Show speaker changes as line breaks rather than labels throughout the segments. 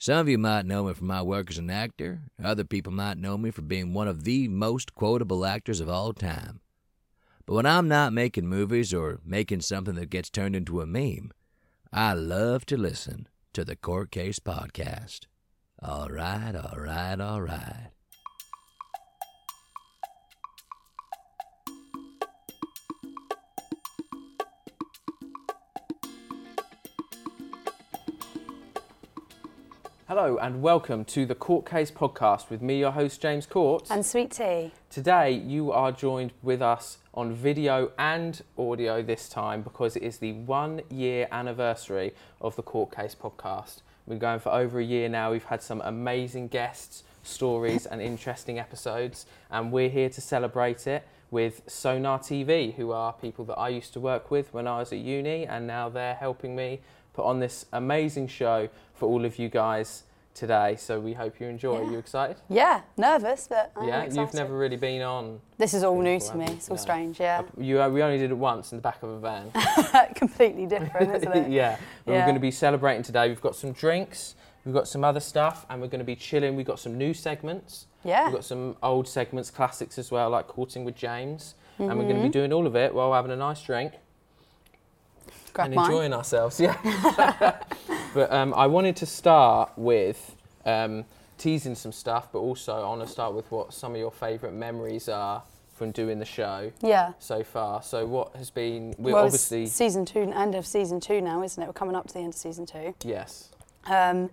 Some of you might know me from my work as an actor, other people might know me for being one of the most quotable actors of all time. But when I'm not making movies or making something that gets turned into a meme, I love to listen to the Court Case Podcast. All right, all right, all right.
Hello and welcome to the Court Case Podcast with me, your host James Court.
And sweet tea.
Today you are joined with us on video and audio this time because it is the one year anniversary of the Court Case Podcast. We've been going for over a year now. We've had some amazing guests, stories, and interesting episodes, and we're here to celebrate it with Sonar TV, who are people that I used to work with when I was at uni, and now they're helping me put on this amazing show for all of you guys today. So we hope you enjoy. Are you excited?
Yeah, nervous, but I'm
yeah,
excited.
you've never really been on.
This is all new
before,
to me.
have you?
It's all
No.
strange. Yeah,
You, uh, we only did it once in the back of a van.
completely different, isn't it?
yeah. But We're
Yeah.
going to be celebrating today. We've got some drinks, we've got some other stuff, and we're going to be chilling. We've got some new segments.
Yeah.
We've got some old segments, classics as well, like Courting with James. And we're going to
Mm-hmm.
be doing all of it while having a nice drink
Grab
and
mine.
enjoying ourselves. Yeah. but um, I wanted to start with um, teasing some stuff, but also I want to start with what some of your favourite memories are from doing the show
Yeah.
so far. So what has been? We're
well, it's
obviously
season two, end of season two now, isn't it? We're coming up to the end of season two.
yes.
Um,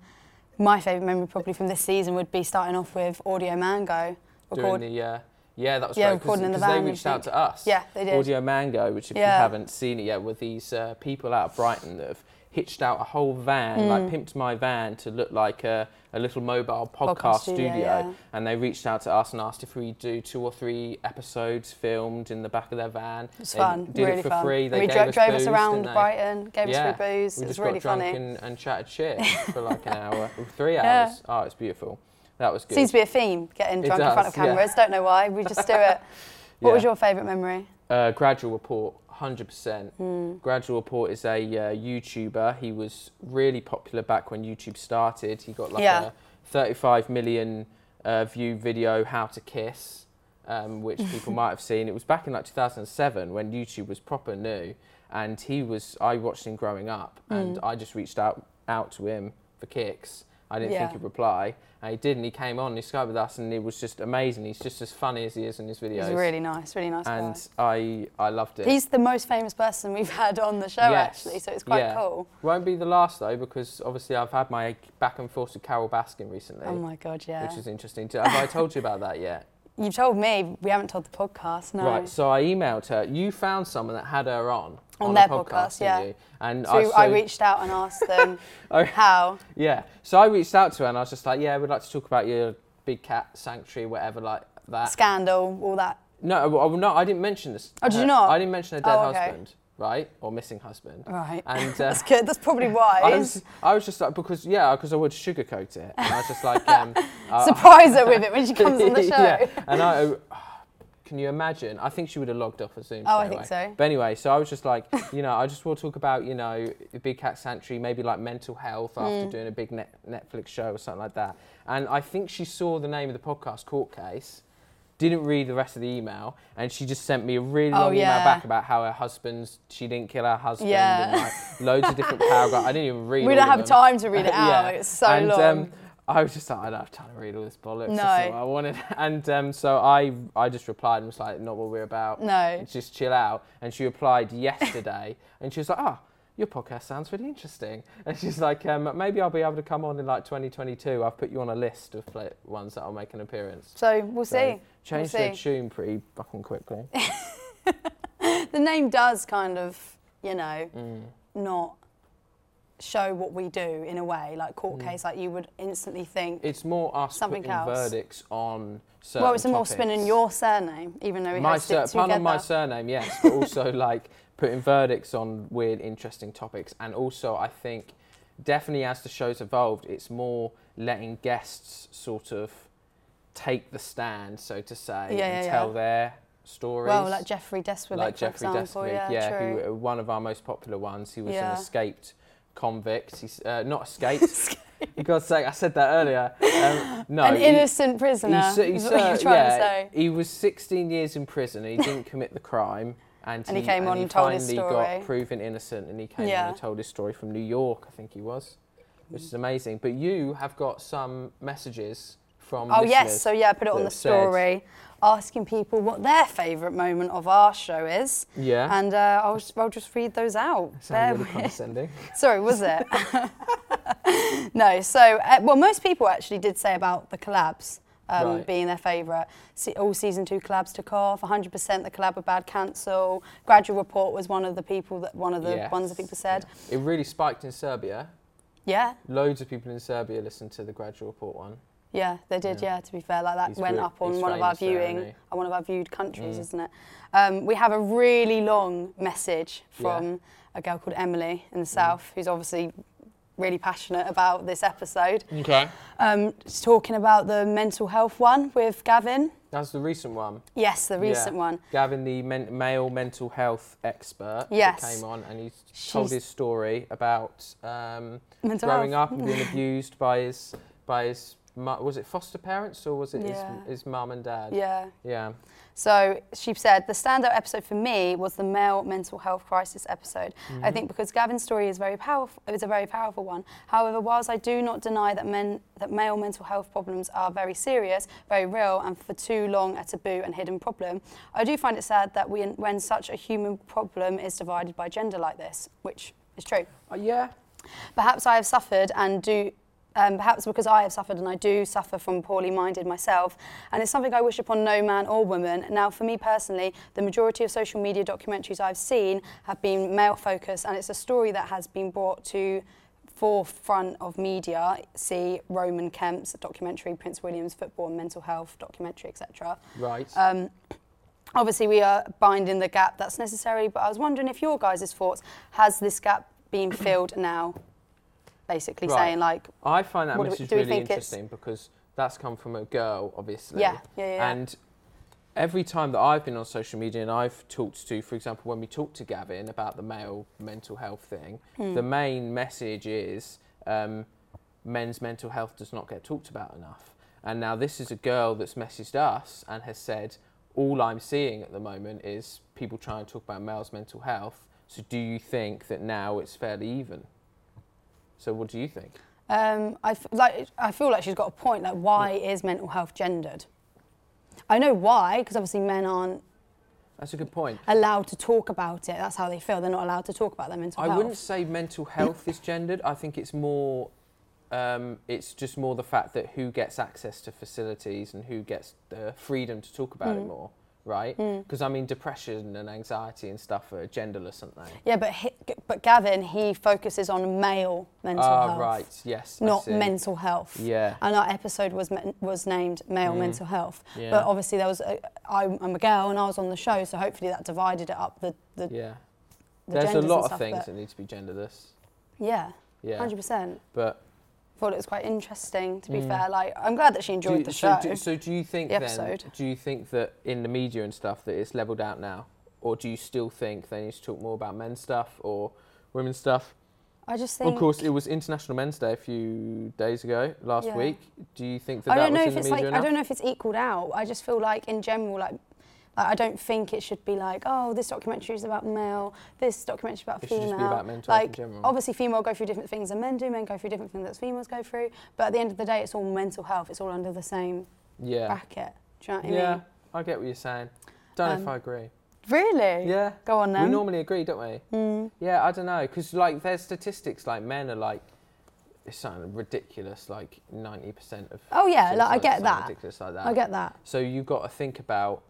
my favourite memory probably from this season would be starting off with Audio Mango.
doing
Record-
the uh, yeah that was
Yeah,
right, 'cause-
recording in the
'cause they
van, I
reached out
think.
to us
Yeah, they did.
audio mango which if
Yeah.
you haven't seen it yet were these uh, people out of brighton that have hitched out a whole van like
Hmm.
pimped my van to look like a, a little mobile podcast, studio,
studio, yeah.
and they reached out to us and asked if we do two or three episodes filmed in the back of their van
It was
They
fun,
did
really
it for
fun.
free they
we
gave
dro-
us
drove
booze,
us
didn't
around
they?
Brighton, gave
yeah.
us free booze.
We
it was
just
really
got drunk
funny.
And, and chatted shit for like an hour, three
Yeah.
hours. Oh, it's beautiful. That was good.
Seems to be a theme, getting
It
drunk in front
does,
of
yeah.
cameras. Don't know why. We just do it. What was
Yeah.
your favourite memory?
Uh, Gradual Report, 100%.
Hmm.
Gradual Report is a uh, YouTuber. He was really popular back when YouTube started. He got like
Yeah.
a 35 million uh, view video, How to Kiss, um, which people might have seen. It was back in like 2007 when YouTube was proper new. And he was, I watched him growing up
Hmm.
and I just reached out, out to him for kicks. I didn't think
Yeah.
he'd reply. And he did, and he came on, he Skyped with us, and it was just amazing. He's just as funny as he is in his videos.
It was really nice, really nice. guy.
and I, I loved it.
He's the most famous person we've had on the show, actually, so it's quite
yeah.
cool.
Won't be the last though, because obviously I've had my back and forth with Carol Baskin recently.
Oh my God, yeah.
Which is interesting. Have I told you about that yet?
you told me, we haven't told the podcast, no.
Right. So I emailed her. You found someone that had her on
On
a
their
podcast,
podcast,
didn't
yeah.
You? And
so I
so-
reached out and asked them
Oh.
how.
Yeah. So I reached out to her and I was just like, yeah, we'd like to talk about your big cat sanctuary, whatever, like that.
Scandal, all that.
No, well, no, I didn't mention this.
Oh, did you
her-
not?
I didn't mention her dead
Oh, okay.
husband, right, or missing husband.
Right.
And uh,
that's good. That's probably
I was,
wise.
I was just like because yeah because I would sugarcoat it and I was just like um, I-
Surprise her with it when she comes on the show.
yeah and I oh, can you imagine I think she would have logged off as soon
Oh, I think so.
but anyway so I was just like you know I just will talk about you know the Big Cat Sanctuary maybe like mental health
Hmm.
after doing a big net, Netflix show or something like that and I think she saw the name of the podcast Court Case didn't read the rest of the email, and she just sent me a really
Oh,
long email
yeah.
back about how her husband's she didn't kill her husband,
Yeah.
and like loads of different paragraphs. I didn't even read.
We
all
don't
of
have
them.
time to read it out. It's so
and, Um,
long.
I was just like, I don't have time to read all this bollocks.
No.
That's not what I wanted. And um, so I, I just replied and was like, not what we're about.
No.
Just chill out. And she replied yesterday, and she was like, ah. your podcast sounds really interesting. And she's like, um, maybe I'll be able to come on in like 2022. I've put you on a list of pla ones that will make an appearance.
So we'll
So
see.
Changed
we'll
their
see.
tune pretty fucking quickly.
The name does kind of, you know,
Mm.
not show what we do in a way. Like court
Mm.
case, like you would instantly think.
it's more us
Something
putting
else.
verdicts on certain
well, it's a more
topics.
spin in your surname, even though we
my
had to
sur-
stick
pun
together.
on my surname, yes, but also like putting verdicts on weird, interesting topics, and also I think definitely as the show's evolved, it's more letting guests sort of take the stand, so to say,
Yeah,
and
yeah,
tell
yeah.
their stories.
well, like Jeffrey Deswick,
like
for
Jeffrey
example.
Deswick,
yeah, true.
who, one of our most popular ones. He was
Yeah.
an escaped convict. He's uh, not escaped. For God's sake, I said that earlier. Um, no,
An
he-
innocent prisoner.
He's,
is what you're trying to say.
He was 16 years in prison. and He didn't commit the crime, and,
And he came on and told his
finally
story.
got proven innocent, and he came on
Yeah.
and told his story from New York, I think he was, which is amazing. But you have got some messages from.
Oh
listeners
yes, so yeah, I put it
that
on the
have said-
story, asking people what their favourite moment of our show is.
Yeah.
And uh, I'll, s- I'll just read those out. Bear
Sounded really
with-
condescending.
Sorry, was it? no. So uh, well, most people actually did say about the collabs. Um,
Right.
Being their favourite. Se- all season two collabs took off. 100% the collab with Bad Cancel. Gradual Report was one of the people that one of the ones that
Yes,
people said.
yeah. It really spiked in Serbia.
Yeah,
Loads of people in Serbia listened to the Gradual Report one.
Yeah, they did. Yeah, to be fair, like that
He's
went
re-
up on
he's
one of our
famous there,
viewing,
isn't he? Mm.
on one of our viewed countries, isn't it? Um, we have a really long message
Yeah. Mm.
from a girl called Emily in the south, who's obviously really passionate about this episode.
Okay.
Um, she's talking about the mental health one with Gavin.
That's the recent one.
Yes, the
Yeah.
recent one.
Gavin, the men- male mental health expert, that
Yes.
came on and he told
She's-
his story about um,
Mental
growing up
health.
and being abused by his by his mu- was it foster parents or was it
Yeah.
his, his mum and dad?
Yeah.
Yeah.
So she said, the standout episode for me was the male mental health crisis episode. I think because Gavin's story is very powerful, it was a very powerful one. However, whilst I do not deny that men that male mental health problems are very serious, very real, and for too long a taboo and hidden problem, I do find it sad that we, when such a human problem is divided by gender like this, which is true.
Uh, yeah.
Perhaps I have suffered and do. Um, perhaps because I have suffered and I do suffer from poorly minded myself, and it's something I wish upon no man or woman. Now, for me personally, the majority of social media documentaries I've seen have been male focused, and it's a story that has been brought to forefront of media. See Roman Kemp's documentary, Prince William's football and mental health documentary, etc.
Right.
Uh, Obviously, we are binding the gap that's necessary, but I was wondering if your guys' thoughts has this gap been filled now? Basically,
Right.
saying like,
I find that
What do we-
message
do we
really
think it's-
interesting because that's come from a girl, obviously.
Yeah, yeah, yeah, yeah.
And every time that I've been on social media and I've talked to, for example, when we talked to Gavin about the male mental health thing,
Hmm.
the main message is um, men's mental health does not get talked about enough. And now this is a girl that's messaged us and has said, all I'm seeing at the moment is people trying to talk about males' mental health. So do you think that now it's fairly even? So what do you think?
um, I f- like I feel like she's got a point. Like, why is mental health gendered? I know why, because obviously men aren't
That's a good point.
allowed to talk about it. That's how they feel. They're not allowed to talk about their mental
I
health.
wouldn't say mental health is gendered. I think it's more, um, it's just more the fact that who gets access to facilities and who gets the freedom to talk about
Hmm.
it more, right? Because I mean, depression and anxiety and stuff are genderless, aren't they?
Yeah, but he, but Gavin he focuses on male mental
Ah,
health.
right. Yes. I
not
see.
mental health.
Yeah. Mm.
And our episode was men- was named male mental health.
Yeah.
But obviously there was a, I, I'm a girl and I was on the show, so hopefully that divided it up. The the yeah.
Yeah.
the
There's a
genders
lot
and
of
stuff,
things
but-
that need to be genderless,
yeah.
Yeah.
100%.
but.
Thought it was quite interesting, to be fair. Like, I'm glad that she
Mm. Do
enjoyed
you-
the
so,
show.
do, so do you think
The
then?
episode.
Do you think that in the media and stuff that it's leveled out now, or do you still think they need to talk more about men's stuff or women's stuff?
I just think.
Of course, it was International Men's Day a few days ago, last
Yeah.
week. Do you think that
I
that
don't
was
know
in
if
the
it's
media
like I
enough?
don't know if it's equaled out. I just feel like in general, like, like I don't think it should be like, oh, this documentary is about male, this documentary is about
It should
female.
just be about mental health in
like
general.
obviously, female go through different things than men do. Men go through different things that females go through. But at the end of the day, it's all mental health. It's all under the same
Yeah.
bracket. Do you know what I mean?
yeah, I get what you're saying. Don't know if I agree.
Really?
Yeah.
Go on
We
Um, then. Hmm.
normally agree, don't we? Yeah, I don't know. Because, like, there's statistics like men are like, it's something ridiculous, like 90% of.
Oh yeah, like, I
suicides,
get
something
that.
Ridiculous like that.
I get that.
So you've got to think about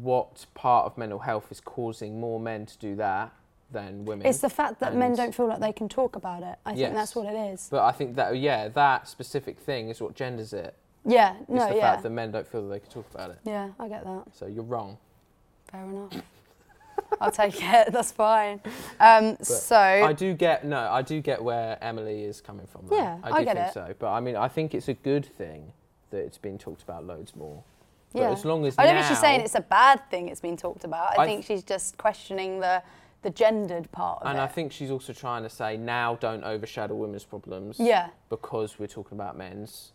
what part of mental health is causing more men to do that than women.
It's the fact that men
And-
don't feel like they can talk about it. I think that's
Yes.
what it is.
But I think that, yeah, that specific thing is what genders it.
yeah.
It's
No.
the
yeah.
fact that men don't feel that they can talk about it.
yeah. I get that.
So you're wrong.
Fair enough. I'll take it. That's fine. Um,
But
so
I do get no, I do get where Emily is coming from. Though.
Yeah,
I do
I get
think
it.
so. But I mean, I think it's a good thing that it's been talked about loads more. But
yeah.
as long as
I don't think she's
now-
saying it's a bad thing. It's been talked about. I,
I
think
th-
she's just questioning the the gendered part of
And
it.
I think she's also trying to say now don't overshadow women's problems.
Yeah.
Because we're talking about men's.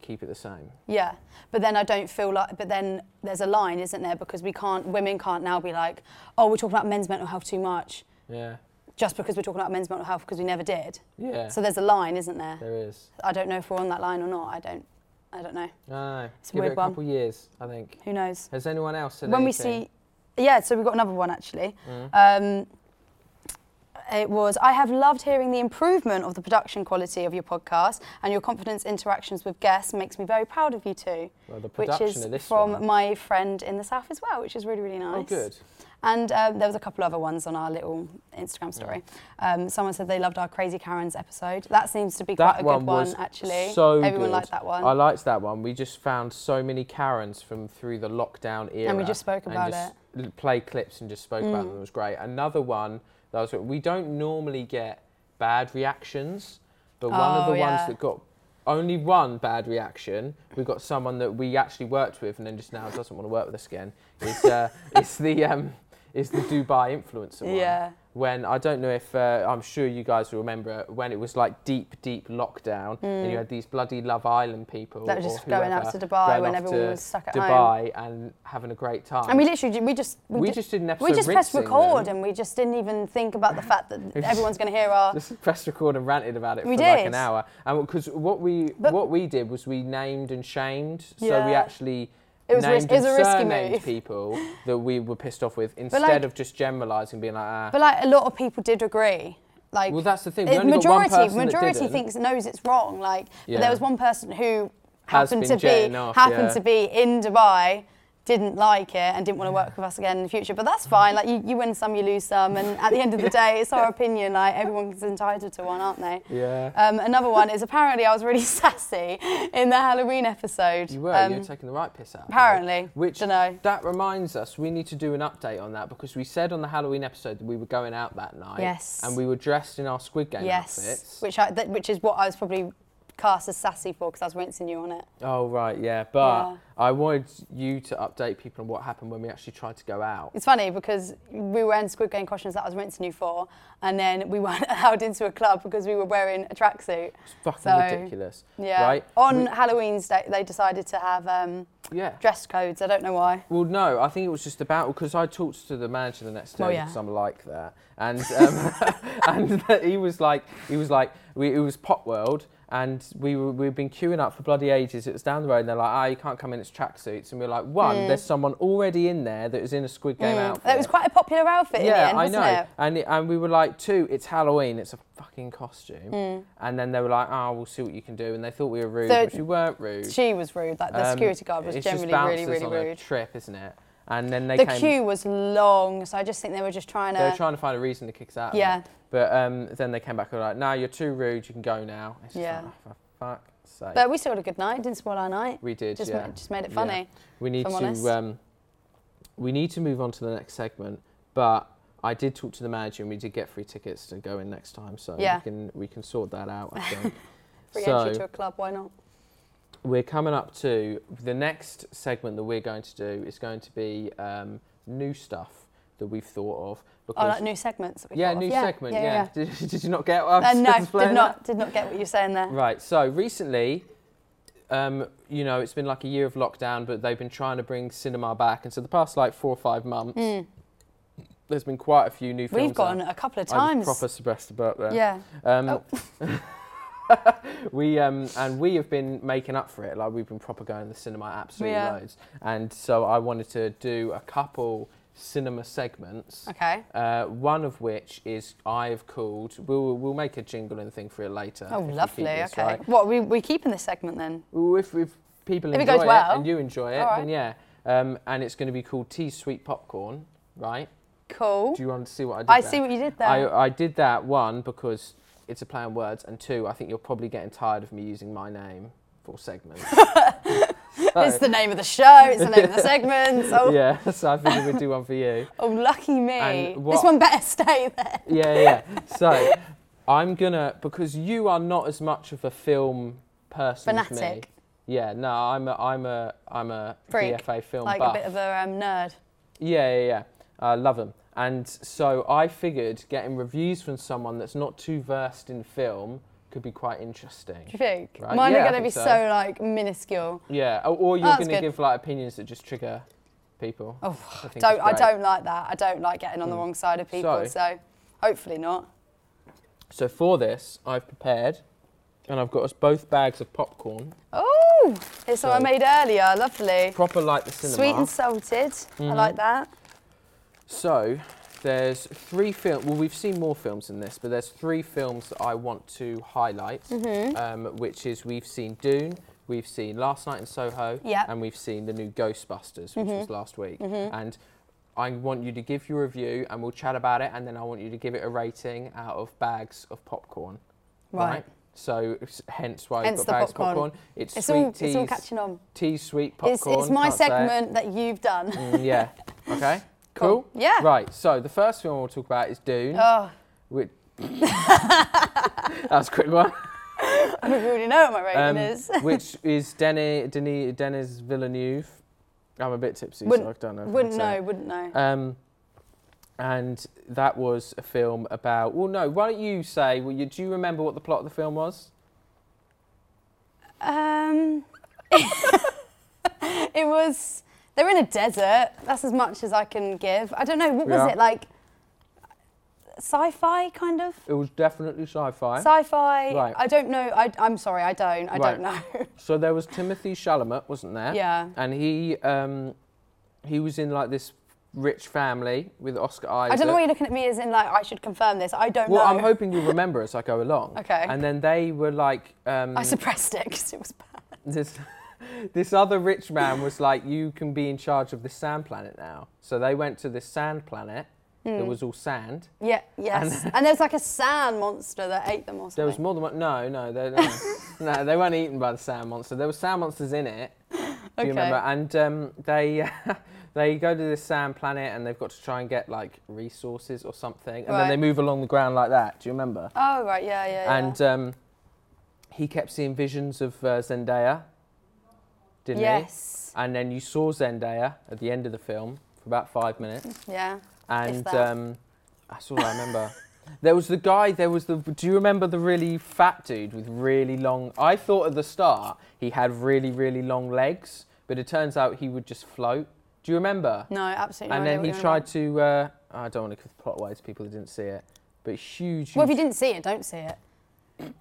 Keep it the same.
yeah, but then I don't feel like. But then there's a line, isn't there? Because we can't. Women can't now be like, oh, we're talking about men's mental health too much,
Yeah.
just because we're talking about men's mental health because we never did.
Yeah.
So there's a line, isn't there?
there is.
I don't know if we're on that line or not. I don't. I don't know.
No, no.
It's a
Give
weird
it a
one.
couple years, I think.
Who knows?
Has anyone else said
when we
anything?
see yeah so we've got another one actually
Mm.
um, it was i have loved hearing the improvement of the production quality of your podcast and your confidence interactions with guests makes me very proud of you too
Well, the
which
production
is
of this
from
one.
my friend in the south as well which is really really nice
Oh, good.
and um, there was a couple other ones on our little
Mm.
Instagram story. Um, someone said they loved our Crazy Karens episode. That seems to be quite a good one,
was
actually.
So
Everyone
good.
liked that one.
I liked that one. We just found so many Karens from through the lockdown era,
just spoke about Mm.
it. Play clips and just spoke about them. It was great. Another one that was we don't normally get bad reactions, but one of
Oh,
the
yeah.
ones that got only one bad reaction. We got someone that we actually worked with, and then just now doesn't want to work with us again. Is uh, it's the um, is the Dubai influencer one
Yeah.
when I don't know if uh, I'm sure you guys will remember when it was like deep, deep lockdown, and you had these bloody Love Island people
Hmm. That were just
or
going out
whoever
to Dubai
going
when
off
everyone
to
was stuck at
Dubai and having a great time.
And we literally, ju- we just,
We
ju-
just did an
We
episode
just pressed
rinsing
record,
them.
and we just didn't even think about the fact that everyone's going to hear our.
just pressed record and ranted about it
We
for like
did.
an hour. And because what we
But-
what we did was we named and shamed, so we
Yeah.
actually.
It was
named
ris- it was
and
a risky
surnamed
move.
people that we were pissed off with instead
like-
of just generalising, being like, ah,
But like a lot of people did agree. Like
Well, that's the thing, we
it-
only got one
majority
person that
majority
didn't.
thinks knows it's wrong. Like but
Yeah.
there was one person who
Has
happened to
been
be
jetting off,
happened
yeah.
to be in Dubai. Didn't like it and didn't want to work with us again in the future, but that's fine. Like you, you win some, you lose some, and at the end of the day, it's our opinion. Like everyone's entitled to one, aren't they?
Yeah.
Um, another one is apparently I was really sassy in the Halloween episode.
You were,
Um,
you were taking the right piss out. of me.
apparently.
Which
Dunno.
that reminds us, we need to do an update on that because we said on the Halloween episode that we were going out that night.
Yes.
And we were dressed in our Squid Game
Yes,
outfits.
which I, that, which is what I was probably cast as sassy for because I was rinsing you on it.
Oh right, yeah. But
Yeah.
I wanted you to update people on what happened when we actually tried to go out.
It's funny because we were in Squid Game costumes that I was rinsing you for, and then we weren't allowed into a club because we were wearing a tracksuit.
It's fucking
So,
ridiculous.
Yeah.
Right?
On
We-
Halloween's day, they decided to have um,
yeah.
dress codes. I don't know why.
Well, no, I think it was just about because I talked to the manager the next day
Well, Oh, yeah.
because I'm like that, and um, and he was like he was like we, it was Pop World, and we were, we've been queuing up for bloody ages. It was down the road, and they're like, ah, you can't come in, it's tracksuits, and we are like, one, there's someone already in there that is in a Squid Game outfit.
Mm. That was quite a popular outfit in the
Yeah,
end,
I
wasn't
know.
it?
And it, and we were like, two, it's Halloween, it's a fucking costume. And then they were like, oh, we'll see what you can do. And they thought we were rude,
Mm. So-
which we weren't rude.
She was rude. Like the
Um,
security guard was
it's just
generally really,
bouncers
really
on a
rude.
trip, isn't it? And then they
The
came.
queue was long, so I just think they were just trying to.
They were trying to find a reason to kick us out. of
Yeah.
it. But um, then they came back and were like, "No, you're too rude. You can go now." It's just
Yeah.
Like, oh, for fuck's sake.
but we still had a good night. Didn't spoil our night.
we did.
Just,
yeah.
ma- just made it
Yeah.
funny.
We need
if I'm honest.
to. Um, we need to move on to the next segment. But I did talk to the manager, and we did get free tickets to go in next time. So
Yeah.
we can we can sort that out. I think.
Free
so
entry to a club. Why not?
we're coming up to the next segment that we're going to do is going to be um, new stuff that we've thought of.
Oh,
Because
like new segments. That we
yeah,
thought of.
new segment. Yeah. Did, did you not get
Uh,
what I was
no,
explaining?
did not did not get what you're saying there.
Right. So recently, um, you know, it's been like a year of lockdown, but they've been trying to bring cinema back, and so the past like four or five months, there's been quite a few new films.
Hmm. We've gone
out.
a couple of
I was
times.
proper suppressed about there.
Yeah.
Um,
Oh.
we um, and we have been making up for it. Like we've been proper going to the cinema absolutely
Yeah.
loads. And so I wanted to do a couple cinema segments.
Okay.
Uh, one of which is I've called. We'll we'll make a jingle and thing for it later.
Oh,
if we keep
lovely.
this,
okay.
right?
What we we keeping this segment then?
Well, if, if people
If it
enjoy
goes well.
and you enjoy it,
All
then
right.
yeah. Um, and it's going to be called Tea Sweet Popcorn, right?
Cool.
Do you want to see what I did?
I
there?
see what you did there.
I, uh, I did that one because it's a play on words, and two, I think you're probably getting tired of me using my name for segments.
It's the name of the show. It's the name of the segments. Oh,
yeah, so I figured we'd do one for you.
oh lucky me.
And what-
This one better stay there.
Yeah, yeah. yeah. So I'm gonna because you are not as much of a film person as me.
Fanatic.
Yeah, no, I'm a I'm a I'm a
Freak.
BFA film
like
buff.
a bit of a um, nerd.
Yeah, yeah, yeah. I love them. And so I figured getting reviews from someone that's not too versed in film could be quite interesting.
Do you think?
Right,
Mine
yeah, I
are going to
think
be
so.
so. like minuscule.
Yeah, or, or you're
That's
going to
good.
give like opinions that just trigger people.
Oh,
which think
don't
is
I
great. Hmm.
don't like that. I don't like getting on the wrong side of people.
So-
So, hopefully not.
So for this, I've prepared, and I've got us both bags of popcorn,
Oh, it's one I
So-
made earlier. Lovely.
proper like the Mm-hmm. cinema.
Sweet and salted. I like that.
So there's three films. Well, we've seen more films than this, but there's three films that I want to highlight,
Mm-hmm.
um, which is we've seen Dune, we've seen Last Night in Soho,
Yep. Mm-hmm.
and we've seen the new Ghostbusters, which was last week. And I want you to give your review, and we'll chat about it, and then I want you to give it a rating out of bags of popcorn.
Right.
So s- hence why
Hence
we've
the
got bags
popcorn.
of popcorn. It's,
It's
sweet
all-
teas.
it's all catching on.
Tea, sweet
It's,
popcorn.
it's my
can't say it.
segment that you've done.
Mm, yeah. Okay. Cool.
Cool. Yeah.
Right. So the first film we'll talk about is Dune.
Oh,
Which that was a quick one.
I already know what my rating
Um,
is.
which is Denis, Denis, Denis Villeneuve. I'm a bit tipsy, so I
Wouldn't,
don't know. if I
wouldn't
can say
know,
it.
wouldn't know.
Um, and that was a film about. Well, no. Why don't you say? Well, you, do you remember what the plot of the film was?
Um, it was. They're in a desert. That's as much as I can give. I don't know. What
Yeah.
was it like? Sci-fi kind of.
It was definitely sci-fi.
Sci-fi.
Right.
I don't know. I, I'm sorry. I don't. I don't
Right.
know.
So there was Timothy Chalamet, wasn't there?
Yeah.
And he um, he was in like this rich family with Oscar Isaac.
I don't know why you're looking at me as in like I should confirm this. I don't
Well,
know.
I'm hoping you'll remember as I go along.
Okay.
And then they were like, um,
I suppressed it because it was bad.
this, this other rich man was like, you can be in charge of the sand planet now. So they went to this sand planet that
Hmm.
was all sand.
Yeah. Yes. And, there was like a sand monster that ate them or something.
There was more than one. No, no, they, no, no, they weren't eaten by the sand monster. There were sand monsters in it. Do you remember?
Okay.
And um, they they go to this sand planet and they've got to try and get like resources or something. And then
Right.
they move along the ground like that. Do you remember?
Oh right. Yeah. Yeah. yeah.
And um, he kept seeing visions of uh, Zendaya, didn't he?
Yes.
And then you saw Zendaya at the end of the film for about five minutes.
yeah.
And
that.
um, that's all I remember. there was the guy, there was the. Do you remember the really fat dude with really long. I thought at the start he had really, really long legs, but it turns out he would just float. Do you remember?
No. Absolutely.
and
no idea
then
what
he
you're on
tried to.
about.
Uh, I don't want to give the plot away to people who didn't see it, but huge.
Well, if
huge
you didn't see it, don't see it.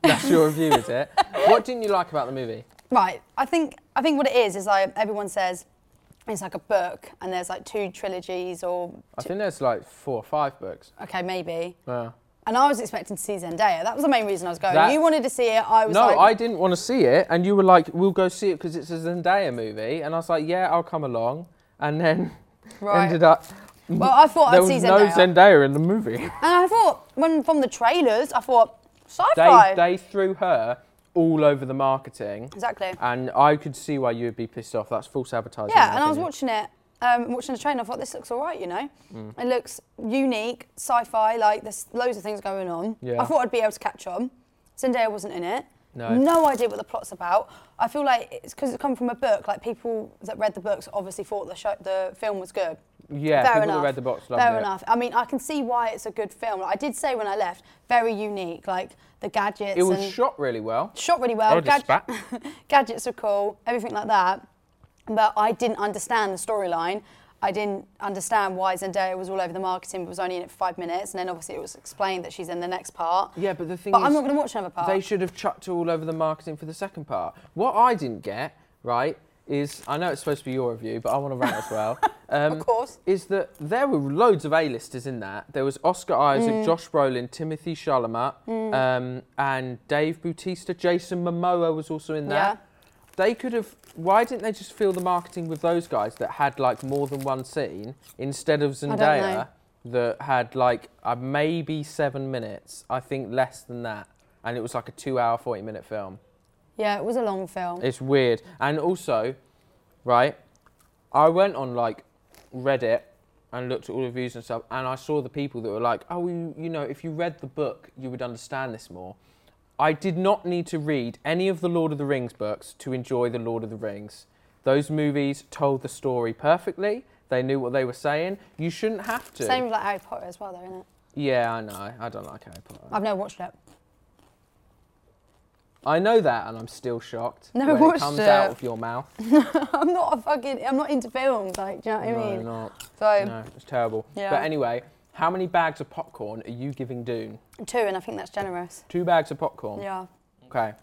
that's your review, is it? What didn't you like about the movie?
Right. I think I think what it is is like everyone says it's like a book and there's like two trilogies or
I think there's like four or five books.
okay maybe.
Yeah.
And I was expecting to see Zendaya. That was the main reason I was going.
That-
you wanted to see it. I was
No,
like,
I didn't want to see it, and you were like, "We'll go see it because it's a Zendaya movie," and I was like, "Yeah, I'll come along," and then
Right.
ended up.
well, I thought
there
I'd see
was no
Zendaya.
Zendaya in the movie.
and I thought when from the trailers, I thought
they
sci-fi.
they threw her all over the marketing.
Exactly.
And I could see why you would be pissed off. That's false advertising. in
yeah,
my
and I was
opinion.
watching it, um, watching the train. I thought this looks all right, you know.
Mm.
It looks unique, sci-fi. Like there's loads of things going on.
Yeah.
I thought I'd be able to catch on. Zendaya wasn't in it.
No.
idea what the plot's about. I feel like it's because it come from a book. Like people that read the books obviously thought the show, the film was good.
Yeah,
Fair
people
enough.
that read the box loved
Fair
it.
enough. I mean, I can see why it's a good film. I did say when I left, very unique, like the gadgets.
It was Oh,
and
shot really well.
shot really well.
I would've spat.
gadgets are cool, everything like that. But I didn't understand the storyline. I didn't understand why Zendaya was all over the marketing, but was only in it for five minutes. And then obviously it was explained that she's in the next part.
Yeah, but the thing
But
is,
I'm not going to watch another part.
They should have chucked all over the marketing for the second part. What I didn't get, right, is I know it's supposed to be your review, but I want to rant as well. Um,
Of course.
Is that there were loads of A-listers in that. There was Oscar Isaac,
Mm.
Josh Brolin, Timothy Chalamet, um, and Dave Bautista. Jason Momoa was also in that.
Yeah.
They could have. Why didn't they just fill the marketing with those guys that had like more than one scene instead of
don't know.
Zendaya that had like uh, maybe seven minutes? I think less than that, and it was like a two-hour, forty-minute film.
Yeah, it was a long film.
It's weird. And also, right, I went on like Reddit and looked at all the reviews and stuff, and I saw the people that were like, oh, you, you know, if you read the book, you would understand this more. I did not need to read any of the Lord of the Rings books to enjoy the Lord of the Rings. Those movies told the story perfectly. They knew what they were saying. You shouldn't have to.
Same with like Harry Potter as well, though, isn't it?
Yeah, I know. I don't like Harry Potter.
I've never watched it.
I know that, and I'm still shocked.
No,
when
watched
it comes
it.
out of your mouth.
I'm not a fucking. I'm not into films. Like, do you know what I
No,
mean?
not.
So-
no, it's terrible.
Yeah.
But anyway, how many bags of popcorn are you giving Dune?
Two, and I think that's generous.
Two bags of popcorn.
Yeah.
Okay.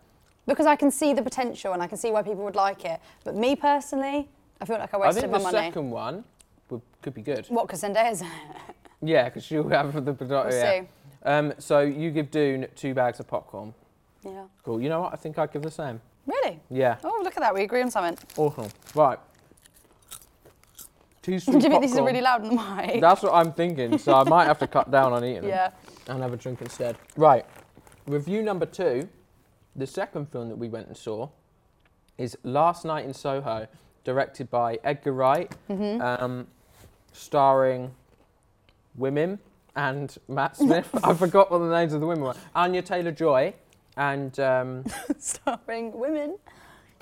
Because I can see the potential and I can see why people would like it. But me personally, I feel like I
I
wasted
think
my
the
money.
second one would, could be good.
What? Because Zendaya's in it.
Yeah, because you'll have the potato.
We'll
Oh, yeah.
see.
Um, so you give Dune two bags of popcorn.
Yeah.
Cool. You know what? I think I'd give the same.
Really?
Yeah.
Oh, look at that. We agree on something.
Awesome. Right. Two
Do you
sweet
think this is
popcorn.
really loud and mic?
That's what I'm thinking. So I might have to cut down on eating. them.
yeah.
and have a drink instead. Right. Review number two, the second film that we went and saw, is Last Night in Soho, directed by Edgar Wright,
Mm-hmm.
um, starring women and Matt Smith. I forgot what the names of the women were. Anya Taylor Joy and um,
Starring women.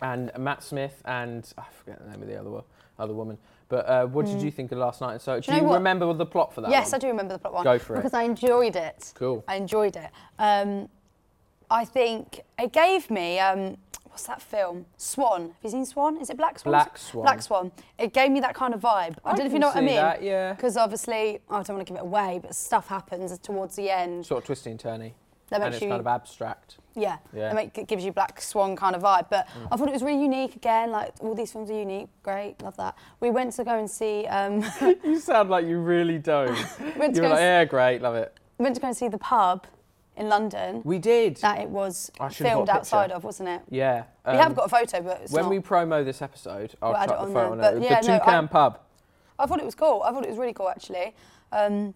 and Matt Smith and I forget the name of the other wo- other woman. But uh, what did you think of Last Night in Soho? Do,
Mm. you
you,
know what?
remember the plot for that?
Yes, I
one?
do remember the plot one.
Go for it.
Because I enjoyed it.
Cool.
I enjoyed it. Um, I think it gave me um, what's that film? Swan. Have you seen Swan? Is it Black Swan?
Black Swan.
Black Swan. It gave me that kind of vibe.
I
I, don't know if you
can
know what I
see
mean.
that, yeah.
Because obviously, I don't want to give it away, but stuff happens towards the end.
Sort of twisty and turny.
That
and
makes
it's
you-
kind of abstract.
Yeah.
Yeah. Mm.
And it g- gives you Black Swan kind of vibe. But I thought it was really unique again. Like all these films are unique. Great, love that. We went to go and see. Um,
You sound like you really don't.
Went to
you were
go
like,
s-
yeah, great, love it.
went to go and see the pub in London
We did.
that it was
I should've got
filmed
a picture.
outside of, wasn't it?
yeah.
we
um,
have got a photo, but it's
When
not.
we promo this episode, I'll
We'll add
chuck
it
the
on
photo on
there,
it.
but yeah,
the
no,
Toucan
I-
Pub.
I thought it was cool. I thought it was really cool, actually. Um,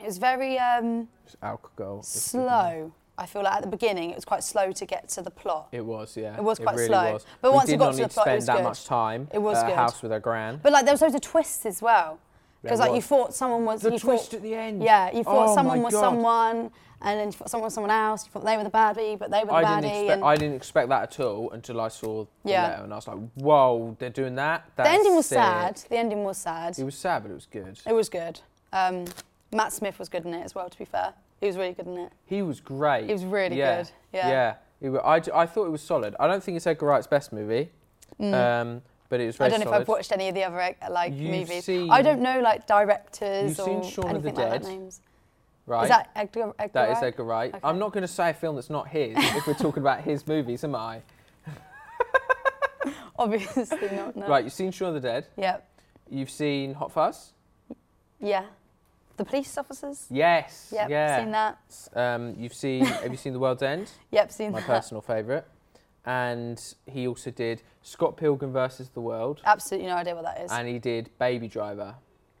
it was very um,
It's alcohol. It's-
slow. I feel like at the beginning it was quite slow to get to the plot.
It was, yeah.
It was quite
really
slow.
was.
But
we
once it
did
got
not
to
need
the
to
plot, it
spend
was
that
good.
much time.
It was
at a
good.
house with her gran.
But like there was loads of twists as well, because
There
like you
was.
thought someone was
The
you
twist
thought-
at the end.
Yeah, you thought
Oh my
someone was
God.
someone, and then you thought someone was someone else. You thought they were the baddie, but they were the
I
baddie.
didn't,
and
expect, I didn't expect that at all until I saw the
Yeah.
letter and I was like, whoa, they're doing that?
the
That's
ending was
sick."
sad. The ending was sad.
It was sad, but it was good.
It was good. Um, Matt Smith was good in it as well. To be fair, he was really good in it.
He was great.
He was really good, yeah.
Yeah. He wa- I, d- I thought it was solid. I don't think it's Edgar Wright's best movie, um, but it was very
Mm. I don't know
solid.
if I've watched any of the other like
You've
movies.
seen-
I don't know like directors
You've seen
or
Shaun of the
anything like that
Dead,
names.
Right.
Is that Edgar? Edgar
That is
Wright?
Edgar Wright.
Okay.
I'm not going to say a film that's not his if we're talking about his movies, am I?
Obviously not. No.
Right, you've seen Shaun of the Dead.
Yep.
You've seen Hot Fuzz.
Yeah. The police officers.
Yes.
Yep.
yeah.
Seen that.
Um, you've seen. Have you seen The World's End?
Yep. Seen
My
that.
personal favourite. And he also did Scott Pilgrim versus the World,
Absolutely no idea what that is.
and he did Baby Driver.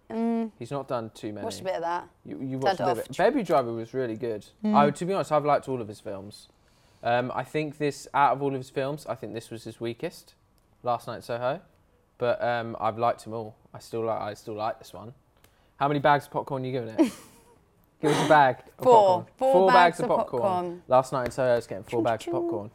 Mm. He's not done too many.
Watched a bit of that.
You, you watched a
Turned
bit of
off.
it. Baby Driver was really good.
Hmm.
I, to be honest, I've liked all of his films. Um, I think this, out of all of his films, I think this was his weakest. Last Night in Soho, but um, I've liked them all. I still like. I still like this one. How many bags of popcorn are you giving it? Give us a bag. Of
Four.
popcorn.
Four bags of popcorn.
Last Night in Soho is getting four bags of
Ching, ching.
popcorn.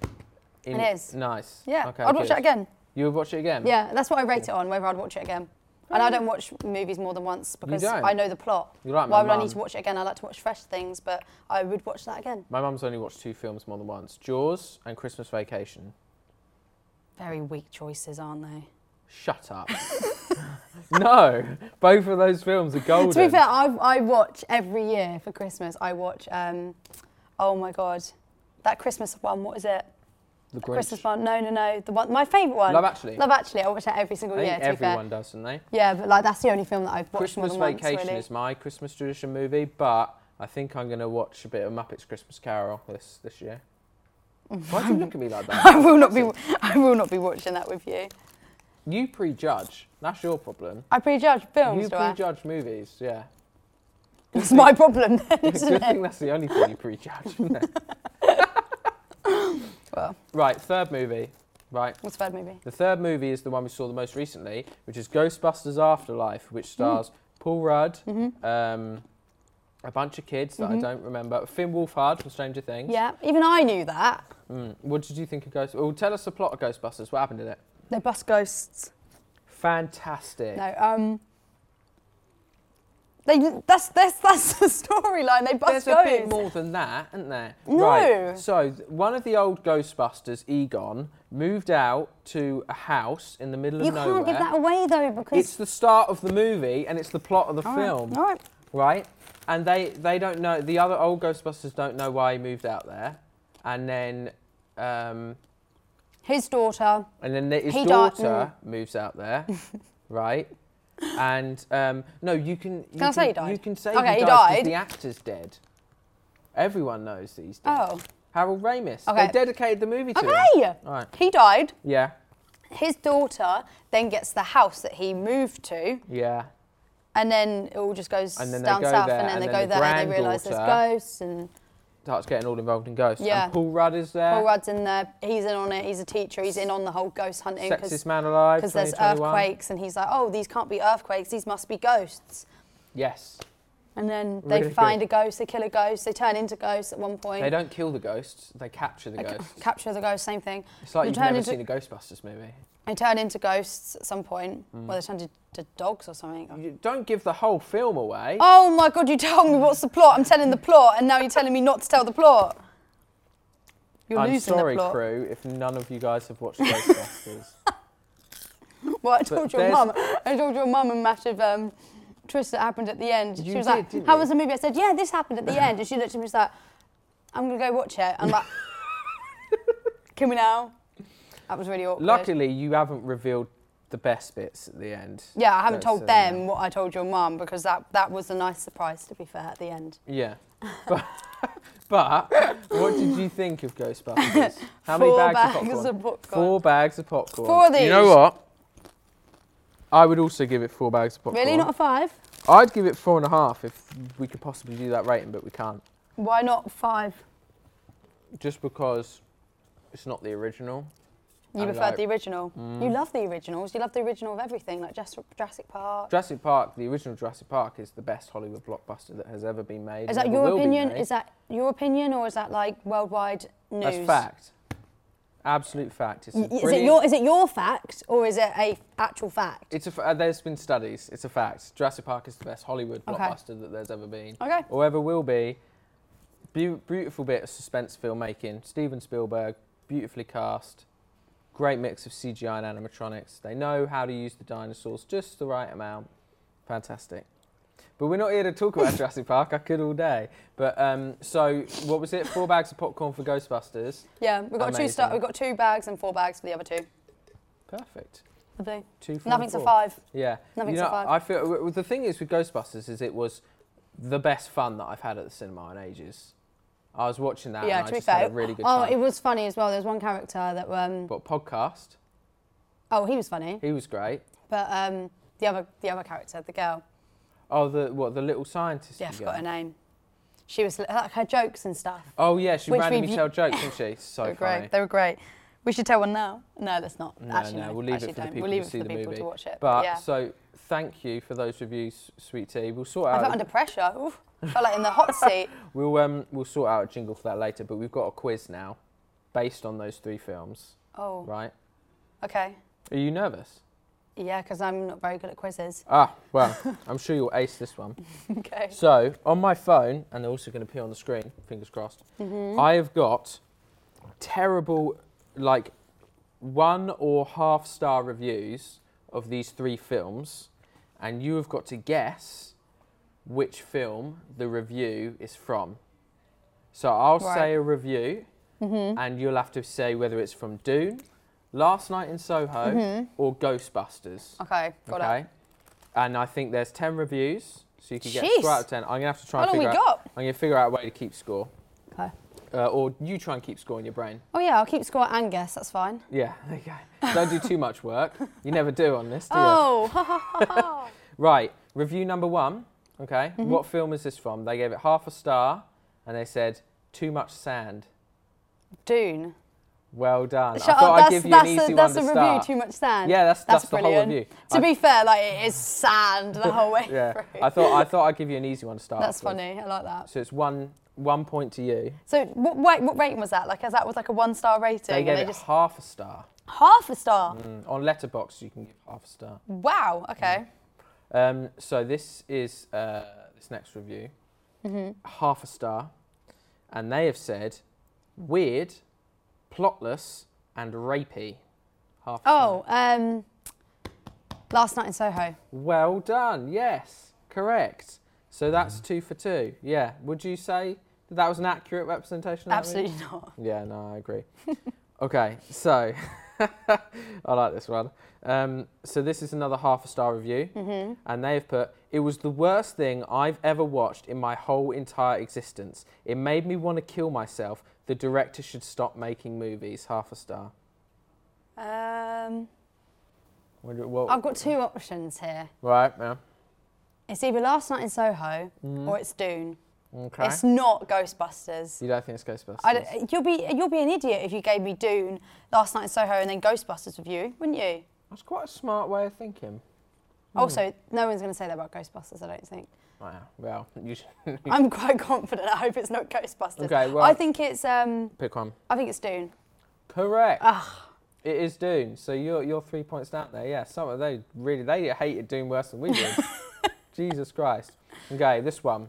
In-
It is.
Nice.
Yeah.
Okay,
I'd watch
good. Mm.
it again.
You would watch it again.
Yeah. That's what I rate it on. Whether I'd watch it again. And I don't watch movies more than once because
don't?
I know the plot.
You're like my
Why would I
mum.
need to watch it again? I like to watch fresh things, but I would watch that again.
My mum's only watched two films more than once Jaws and Christmas Vacation.
Very weak choices, aren't they?
Shut up. no, both of those films are golden.
To be fair, I, I watch every year for Christmas. I watch, um, oh my god, that Christmas one. What is it?
the
The
Grinch.
Christmas one? No, no, no. The one, my favourite one.
Love Actually.
Love Actually. I watch that every single
I think
year. To be fair.
everyone does, don't they?
Yeah, but like that's the only film that I've watched
Christmas
more than
Vacation
once. Really.
is my Christmas tradition movie, but I think I'm going to watch a bit of Muppets Christmas Carol this, this year. Why do you look at me like
I
that?
will not be. I will not be watching that with you.
You prejudge. That's your problem.
I prejudge films,
You
do I?
prejudge movies, yeah.
It's my problem then,
Good
isn't it?
thing that's the only thing you prejudge, isn't it? Right, third movie. Right.
What's the third movie?
The third movie is the one we saw the most recently, which is Ghostbusters Afterlife,
Mm.
which stars Paul Rudd,
Mm-hmm.
um, a bunch of kids that I don't remember, Finn Wolfhard from Stranger Things.
Yeah, even I knew that.
What did you think of Ghost? Well, tell us the plot of Ghostbusters. What happened in it?
They bust ghosts.
Fantastic.
No, um. They, that's, that's, that's the storyline. They bust
There's a bit
ghosts.
more than that, isn't there? Right.
No.
So th- one of the old Ghostbusters, Egon, moved out to a house in the middle of
you
nowhere.
can't give that away Oh, though because.
It's the start of the movie and it's the plot of the
All right,
film.
all right.
Right? And they, they don't know, the other old Ghostbusters don't know why he moved out there. And then, um,
His daughter.
and then his
He died-
daughter moves out there, right? And um, no, you can. You
Can I say he died?
You can say
Okay,
he,
he
died 'cause
died.
The actor's dead. Everyone knows that he's dead.
Oh.
Harold Ramis.
Okay.
They dedicated the movie to him.
Okay.
All right.
He died.
Yeah.
His daughter then gets the house that he moved to,
Yeah.
and then it all just goes
And then they
down
go
south,
there,
and then
and
they
then
go
the
there, and they realise there's
granddaughter-
ghosts, and
Starts getting all involved in ghosts.
Yeah.
And Paul Rudd is there.
Paul Rudd's in there. He's in on it. He's a teacher. He's in on the whole ghost hunting.
Sexiest man alive,
Because there's
2021.
earthquakes, and he's like, oh, these can't be earthquakes. These must be ghosts.
Yes.
And then they
Really
find
good.
a ghost. They kill a ghost. They turn into ghosts at one point.
They don't kill the ghosts, they capture the
They ca-
ghosts.
capture the ghost. Same thing.
It's like
They
you've
turn
never
into-
seen a Ghostbusters movie.
They turn into ghosts at some point. Well, they turn into dogs or something.
Hmm. You don't give the whole film away.
Oh my god, you told me what's the plot. I'm telling the plot, and now you're telling me not to tell the plot. You're
I'm
losing
sorry,
the plot.
crew, if none of you guys have watched Ghostbusters.
Well, I
But
told your
there's-
mum. I told your mum a massive um, twist that happened at the end.
You
she was
did,
like,
didn't
"How
you?"
was the movie?" I said, "Yeah, this happened at the end." And she looked at me and was like, "I'm gonna go watch it." I'm like, "Can we now?" That was really awkward.
Luckily, you haven't revealed the best bits at the end. uh,
Yeah, I haven't
So-
told
so,
them what I told your mum because that, that was a nice surprise, to be fair, at the end.
Yeah. But, but what did you think of Ghostbusters? How
Four
many bags,
bags
of popcorn?
of popcorn.
Four bags of popcorn.
Four of
You know
these.
what? I would also give it four bags of popcorn.
Really? Not a five?
I'd give it four and a half if we could possibly do that rating, but we can't.
Why not five?
Just because it's not the original.
You
I
preferred
like- Mm.
the original. You love the originals. You love the original of everything, like Jas- Jurassic Park.
Jurassic Park, the original Jurassic Park, is the best Hollywood blockbuster that has ever been made. and
Is that
ever
your
will be
opinion?
made.
Is that your opinion, or is that like worldwide news?
That's fact. Absolute fact. It's a
Y- Is it
brilliant-
your is it your fact, or is it a actual fact?
It's a, f- uh, there's been studies. It's a fact. Jurassic Park is the best Hollywood
Okay.
blockbuster that there's ever been,
Okay.
or ever will be. Beau beautiful bit of suspense filmmaking. Steven Spielberg, beautifully cast. Great mix of CGI and animatronics. They know how to use the dinosaurs just the right amount. Fantastic. But we're not here to talk about Jurassic Park. I could all day. But um, so what was it? Four bags of popcorn for Ghostbusters.
Yeah, we've got two
Amazing.
star. We've got two bags and four bags for the other two.
Perfect.
Lovely.
Two, four, and
Nothing's a
four.
five.
Yeah.
Nothing's
you
a
know,
five.
I feel w- w- the thing is with Ghostbusters is it was the best fun that I've had at the cinema in ages. I was watching that
yeah,
and I
to be
just
fair.
had a really good
oh,
time.
it was funny as well. There was one character that um.
but podcast,
Oh, he was funny,
he was great.
but um, the other the other character, the girl.
Oh, the what the little scientist.
Yeah, I
you
forgot
got.
her name. She was like her jokes and stuff.
Oh yeah, she
Which
randomly
we've-
tell jokes, didn't she? So
They were
funny.
great. They were great. We should tell one now. No, let's not.
No,
actually,
no,
no.
we'll leave
actually
it for
don't.
the people
we'll leave
to
it
see
for the,
the
people
movie.
to watch it.
But
yeah.
so thank you for those reviews, sweet tea. We'll sort
I
out.
felt under pressure. Oof. felt like in the hot seat.
We'll um we'll sort out a jingle for that later. But we've got a quiz now, based on those three films,
Oh,
right?
okay.
Are you nervous?
Yeah, because I'm not very good at quizzes.
Ah, well, I'm sure you'll ace this one.
okay.
So, on my phone, and they're also going to appear on the screen, fingers crossed,
Mm-hmm.
I have got terrible, like, one or half star reviews of these three films, and you have got to guess which film the review is from. So, I'll say
Right.
a
Mm-hmm.
review, and you'll have to say whether it's from Dune, Last Night in Soho, or Ghostbusters.
Mm-hmm. Okay, got it.
And I think there's 10 reviews, so you can get
Jeez.
4 out of 10. I'm going to have to try
How
and
long we
figure out,
got?
I'm going to figure out a way to keep score.
Okay.
Uh, or you try and keep score in your brain.
Oh yeah, I'll keep score and guess. That's fine.
Yeah, there you go. Don't do too much work. You never do on this, do
Oh, ha, ha, ha, ha.
you? Right, review number one. Okay,
Mm-hmm.
what film is this from? They gave it half a star and they said, too much sand.
Dune.
Well done.
Shut
I thought
up.
I'd
That's,
give you
that's
an easy
a,
one
that's
to
a review.
start.
Too much sand.
Yeah, that's- that's the whole
brilliant.
review.
To
I-
be fair, like it is sand the whole way
Yeah,
through.
I thought I thought I'd give you an easy one to start.
that's
with.
funny. I like that.
So it's one one point to you.
So what, wait, what rating was that? Like, is that was like a one-star rating?
They
and
gave
they
it
just
half a star.
half a star.
Mm, On Letterbox, you can give half a star.
Wow. Okay.
Um, so this is uh, this next review,
Mm-hmm.
half a star, and they have said weird, plotless, and rapey. Half. a star.
Oh, um, last night in Soho.
Well done. Yes, correct. So that's two for two. Yeah. Would you say that, that was an accurate representation? of that movie?
Absolutely not.
Yeah, no, I agree. okay, so I like this one. Um, so this is another half a star review,
Mm-hmm.
and they have put, "It was the worst thing I've ever watched in my whole entire existence. It made me want to kill myself. The director should stop making movies." Half a star.
Um,
What, do- what-
I've got two options here.
right, yeah.
It's either Last Night in Soho or it's Dune.
Mm. Okay.
It's not Ghostbusters.
you don't think it's Ghostbusters?
I don't- you'll be you'll be an idiot if you gave me Dune, Last Night in Soho, and then Ghostbusters with you, wouldn't you?
That's quite a smart way of thinking. Hmm.
Also, no one's going to say that about Ghostbusters. I don't think.
Wow. Well, you should
I'm quite confident. I hope it's not Ghostbusters.
Okay, well-
I think it's um,
pick one.
I think it's Dune.
Correct. It is Dune. So you're you're three points down there. Yeah. Some of they really they hated Dune worse than we did. Jesus Christ. Okay, this one.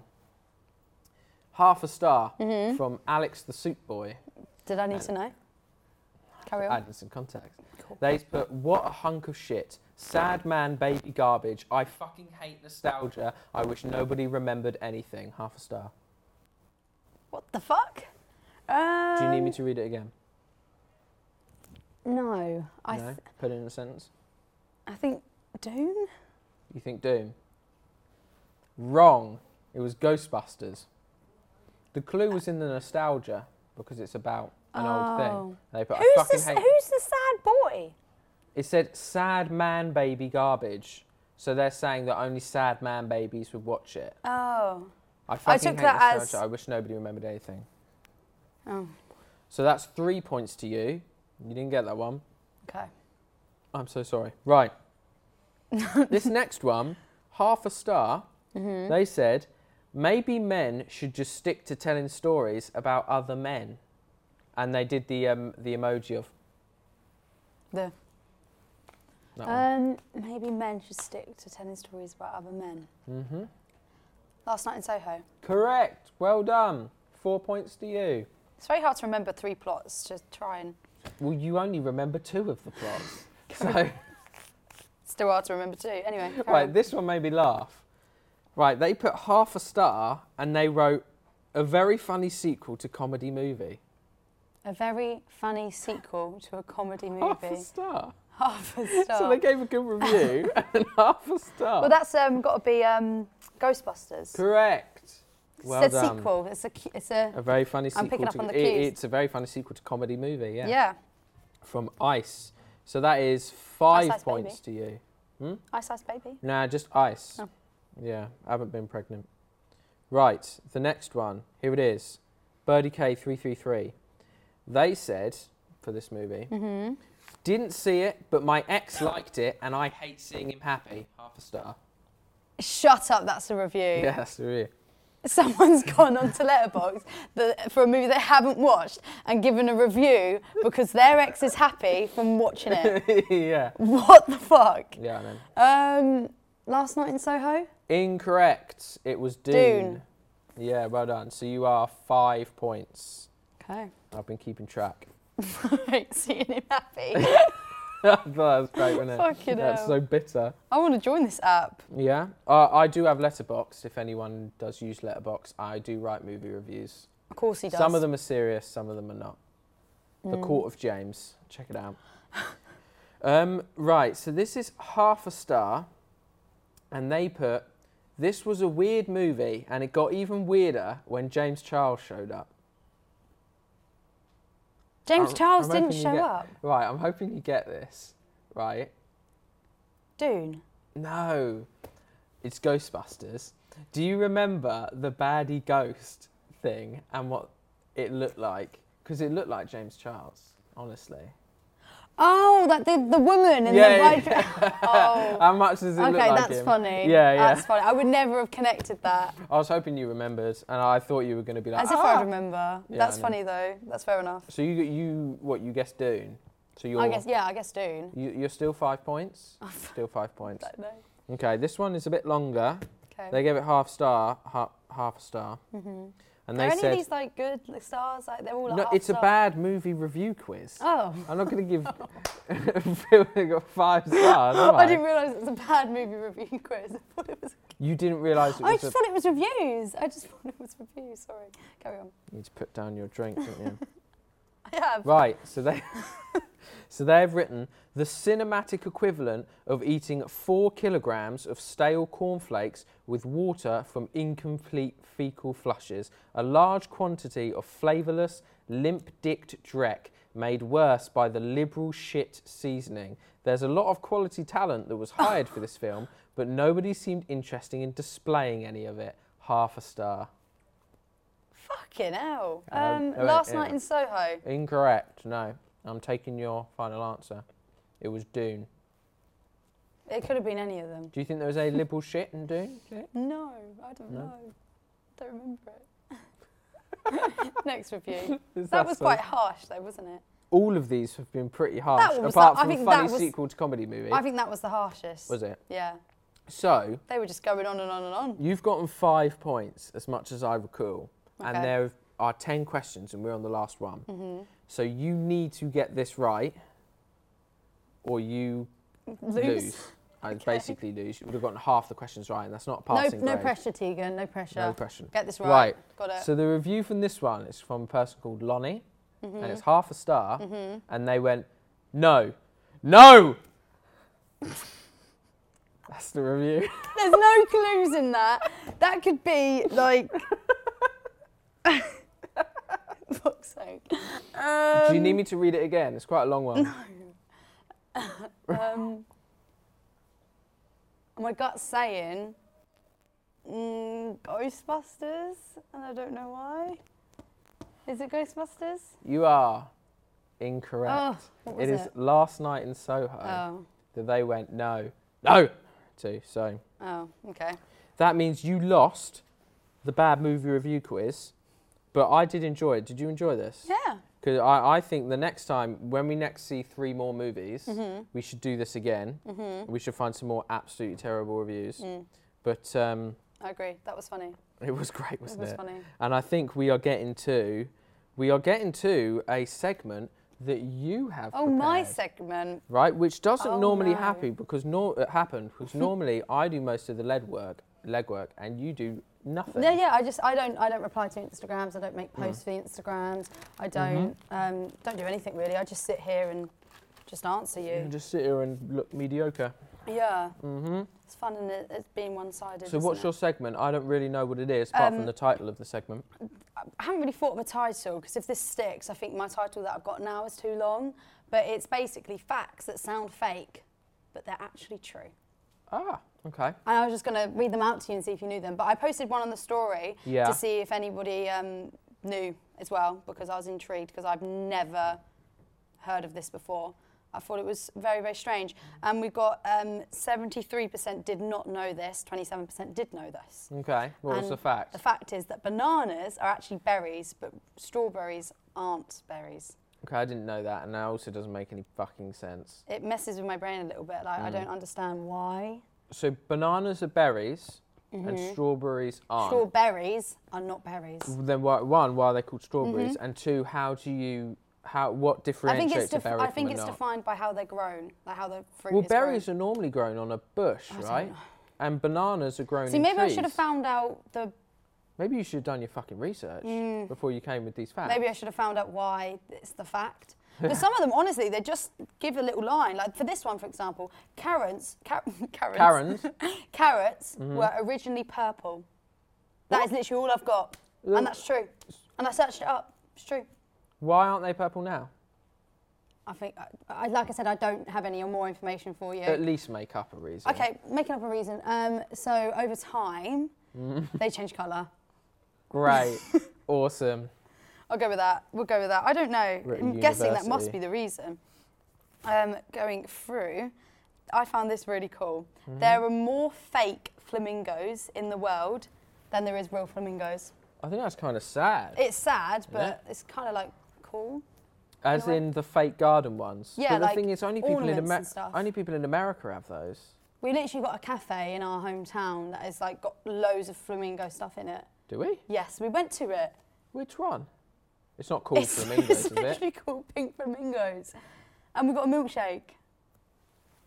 Half a star
Mm-hmm.
from Alex the Soup Boy.
Did I need to know? Carry on.
Adding some context. They put what a hunk of shit. Sad man baby garbage. I fucking hate nostalgia. I wish nobody remembered anything. Half a star.
What the fuck? Um,
Do you need me to read it again?
No, I
no?
th-
Put it in a sentence.
I think Dune.
You think Doom? Wrong. It was Ghostbusters. The clue was in the nostalgia because it's about an old thing.
Oh.
They put, I
Who's the
fucking
s-
hate.
who's the sad boy?
It said sad man baby garbage. So they're saying that only sad man babies would watch it.
Oh,
I fucking
took
hate
that
nostalgia.
as-
I wish nobody remembered anything.
Oh.
So that's three points to you. You didn't get that one.
okay.
I'm so sorry. Right. this next one, half a star. They said, maybe men should just stick to telling stories about other men, and they did the um, the emoji of
The
that one.
um, maybe men should stick to telling stories about other men. Mhm.
Mm-hmm.
Last night in Soho.
Correct. Well done. Four points to you.
It's very hard to remember three plots to try and.
Well, you only remember two of the plots. so,
Still hard to remember two. Anyway. carry
right,
on.
this one made me laugh. Right, they put half a star, and they wrote a very funny sequel to comedy movie.
A very funny sequel to a comedy movie.
Half a star.
Half a star.
So they gave a good review and half a star.
well, that's um, got to be um, Ghostbusters.
correct. Well
it's a
done.
sequel. It's a. cu- It's a.
A very funny sequel.
I'm picking up
to,
on the
it-
cues.
it's a very funny sequel to comedy movie. Yeah.
yeah.
From Ice. So that is five
Ice Baby.
points to you.
Ice Ice Baby.
Nah, just ice.
Oh.
Yeah, I haven't been pregnant. Right, the next one. Here it is. Birdie K333. They said, for this movie,
Mm-hmm.
didn't see it, but my ex liked it, and I hate seeing him happy. Half a star.
Shut up. That's a review.
Yeah, that's the review.
someone's gone onto Letterboxd that, for a movie they haven't watched and given a review because their ex is happy from watching it.
yeah.
What the fuck?
Yeah, I know.
Um, Last Night in Soho?
Incorrect. It was Dune. Yeah, well done. So you are five points.
Okay.
I've been keeping track.
Right, seeing him happy.
that was great, wasn't it?
Fucking
That's
hell.
so bitter.
I want to join this app.
Yeah. Uh, I do have Letterboxd. If anyone does use Letterboxd, I do write movie reviews.
Of course he does. Mm.
Some of them are serious, some of them are not. The Court of James. Check it out. um, right, so this is half a star, and they put this was a weird movie, and it got even weirder when James Charles showed up.
James
I'm-
Charles
I'm
didn't
hoping you
show
get-
up.
Right, I'm hoping you get this. Right.
Dune.
No, it's Ghostbusters. Do you remember the baddie ghost thing and what it looked like? Because it looked like James Charles, honestly.
Oh, that the, the woman in
Yeah,
the
yeah,
white.
How much does it
oh,
look
okay,
like
that's
him?
funny.
Yeah, yeah.
That's funny. I would never have connected that.
I was hoping you remembered, and I thought you were going to be like,
As if
ah.
I'd remember.
Yeah,
that's
I know.
funny though. That's fair enough.
So you, you, what you guessed Dune. So you're,
I guess yeah. Oh, I guess Dune.
you, you're still five points. still five points.
No.
Okay, this one is a bit longer.
Okay.
They gave it half star, half, half a star. Mm-hmm. And they
Are any
said,
of these like good like, stars? Like they're all like
No,
half
it's a
star-
bad movie review quiz.
Oh.
I'm not going to give Phil that got five stars. am
I didn't realise it was a bad movie review quiz. I thought it was.
You didn't realise it
I
was. A,
just thought it was reviews. I just thought it was reviews. Sorry. Carry on.
you need to put down your drink, don't you?
I have.
right. So they, so they have written the cinematic equivalent of eating four kilograms of stale cornflakes with water from incomplete fecal flushes, a large quantity of flavourless, limp-dicked dreck. Made worse by the liberal shit seasoning. There's a lot of quality talent that was hired for this film, but nobody seemed interested in displaying any of it. Half a star.
Fucking hell.
Uh,
Um,
oh, wait,
last
yeah.
night in Soho.
Incorrect. No, I'm taking your final answer. It was Dune.
It could have been any of them.
Do you think there was any liberal shit in Dune?
No, I don't know. Don't remember it. Next review.
Is
that
that
was
so?
quite harsh, though, wasn't it?
All of these have been pretty harsh,
one was
apart
that- I
from
think
funny
that was-
sequel to comedy movie.
I think that was the harshest.
Was it?
Yeah.
So
They were just going on and on and on.
you've gotten five points, as much as I recall,
Okay. Mm-hmm.
and there are ten questions, and we're on the last one. So you need to get this right, or you lose. I basically lose. You would have gotten half the questions right, and that's not a
No,
passing.
no
grade.
pressure, Tegan. No pressure.
No pressure.
Get this right. Got it.
So the review from this one is from a person called Lonnie,
Mm-hmm.
and it's half a star, and they went, no, no. That's the review.
There's no clues in that. That could be like. Fuck's sake. Um,
Do you need me to read it again? It's quite a long one.
my gut's saying mm, Ghostbusters, and I don't know why. Is it Ghostbusters?
You are incorrect.
Oh, what was
it is
it?
last night in Soho
Oh.
that they went no, no to. So
Oh, okay.
that means you lost the bad movie review quiz, but I did enjoy it. Did you enjoy this?
Yeah.
Because I, I think the next time, when we next see three more movies,
Mm-hmm.
we should do this again. We should find some more absolutely terrible reviews.
Mm.
But um,
I agree. That was funny.
it was great, wasn't it?
was funny.
And I think we are getting to, we are getting to a segment that you have.
Oh, my
prepared,
segment.
Right, which doesn't
Oh,
normally
no.
happen because nor uh, happen because normally I do most of the lead work, leg work, and you do nothing.
Yeah, yeah. I just I don't I don't reply to Instagrams. I don't make
Mm.
posts for Instagrams.
Mm-hmm.
I don't um, don't do anything really. I just sit here and just answer
You
you.
just sit here and look mediocre.
Yeah. Mm-hmm. It's fun and it, it's being one-sided.
So,
isn't
what's
it? Um,
your segment? I don't really know what it is apart from the title of the segment.
I haven't really thought of a title because if this sticks, I think my title that I've got now is too long. But it's basically facts that sound fake, but they're actually true.
Ah, okay.
And I was just going to read them out to you and see if you knew them. But I posted one on the story
Yeah.
to see if anybody um, knew as well because I was intrigued because I've never heard of this before. I thought it was very, very strange. And we got um, 73% did not know this, 27% did know this.
Okay, what was
And
the fact?
The fact is that bananas are actually berries, but strawberries aren't berries.
okay, I didn't know that, and that also doesn't make any fucking sense.
It messes with my brain a little bit. Like
Mm.
I don't understand why.
So bananas are berries, and
Mm-hmm.
strawberries aren't.
Strawberries are not berries.
then why, one, why are they called strawberries? And two, how do you how what
Mm-hmm. I
differentiates
think it's
a
def-
berry
I
from
think
a
it's
nut?
defined by how they're grown, like how the fruit
Well,
is
berries
grown.
are normally grown on a bush, right? And bananas are grown.
See,
in
maybe I
trees.
should have found out the
Maybe you should have done your fucking research before you came with these facts.
Mm. Maybe I should have found out why it's the fact. But some of them, honestly, they just give a little line. Like for this one, for example, carrots, car- carrots,
Karens.
carrots
Mm-hmm.
were originally purple. That is literally all I've got, and that's true. And I searched it up. It's true.
Why aren't they purple now?
I think, I, I, like I said, I don't have any more information for you.
At least make up a reason.
Okay, making up a reason. Um, so over time,
Mm.
they change colour.
Great. awesome.
I'll go with that. We'll go with that. I don't know.
We're at
I'm guessing that must
university.
be the reason. Um, going through, I found this really cool.
Mm-hmm.
There are more fake flamingos in the world than there is real flamingos.
I think that's kind of sad.
It's sad, but
Yeah.
it's kind of like cool.
As in the fake garden ones.
Yeah,
But the
like
thing is, only people in
ornaments
Amer-
and stuff.
only people in America have those.
We literally got a cafe in our hometown that has like got loads of flamingo stuff in it.
Do we?
Yes, we went to it.
Which one? It's not called
it's
flamingos,
it's
is it?
literally called pink flamingos, and we got a milkshake.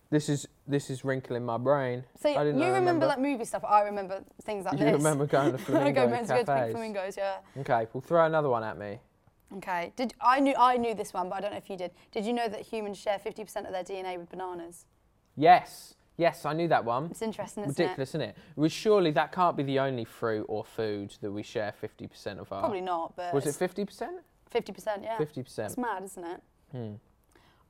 This is this is wrinkling my brain.
So
I
you
didn't
remember,
remember
like movie stuff. I remember things like
You
this.
remember going to
I
flamingo
go meant to go to
cafes.
Pink Flamingos, yeah.
Okay, well throw another one at me.
Okay. Did I knew I knew this one, but I don't know if you did. Did you know that humans share 50% of their DNA with bananas?
Yes, yes, I knew that one.
It's interesting, isn't
Ridiculous, isn't it? Well, surely that can't be the only fruit or food that we share 50% of our.
it? Probably not, but
Oh. Was it
it's
50%?
50%? Yeah.
50%.
It's mad, isn't it?
Hmm.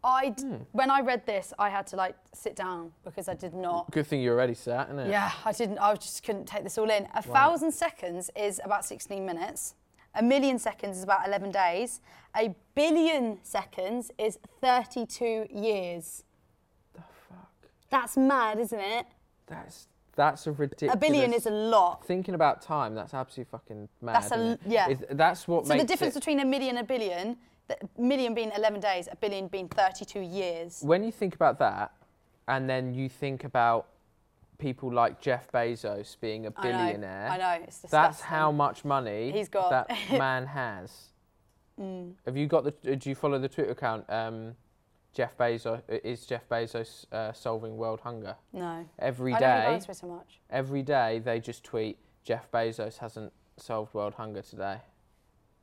I d- when I read this, I had to like sit down because I did not.
Good thing you already sat, isn't it?
Yeah, I didn't. I just couldn't take this all in. A thousand seconds is about 16 minutes. A million seconds is about 11 days. A billion seconds is 32 years.
Fuck.
That's mad, isn't it?
That's, that's a ridiculous.
A billion is a lot.
Thinking about time, that's absolutely fucking mad.
That's a-
isn't it?
yeah.
Is- that's what
So
makes
the difference
it-
between a million and a billion, the million being 11 days, a billion being 32 years.
when you think about that, and then you think about people like Jeff Bezos being a
I know,
billionaire,
I know, it's
that's
disgusting.
how much money
He's got. Mm.
that man has. Have you got the? uh, Do you follow the Twitter account? Um, Jeff Bezos is Jeff Bezos uh, solving world hunger.
No.
Every
I don't
day,
really go so much.
every day they just tweet Jeff Bezos hasn't solved world hunger today.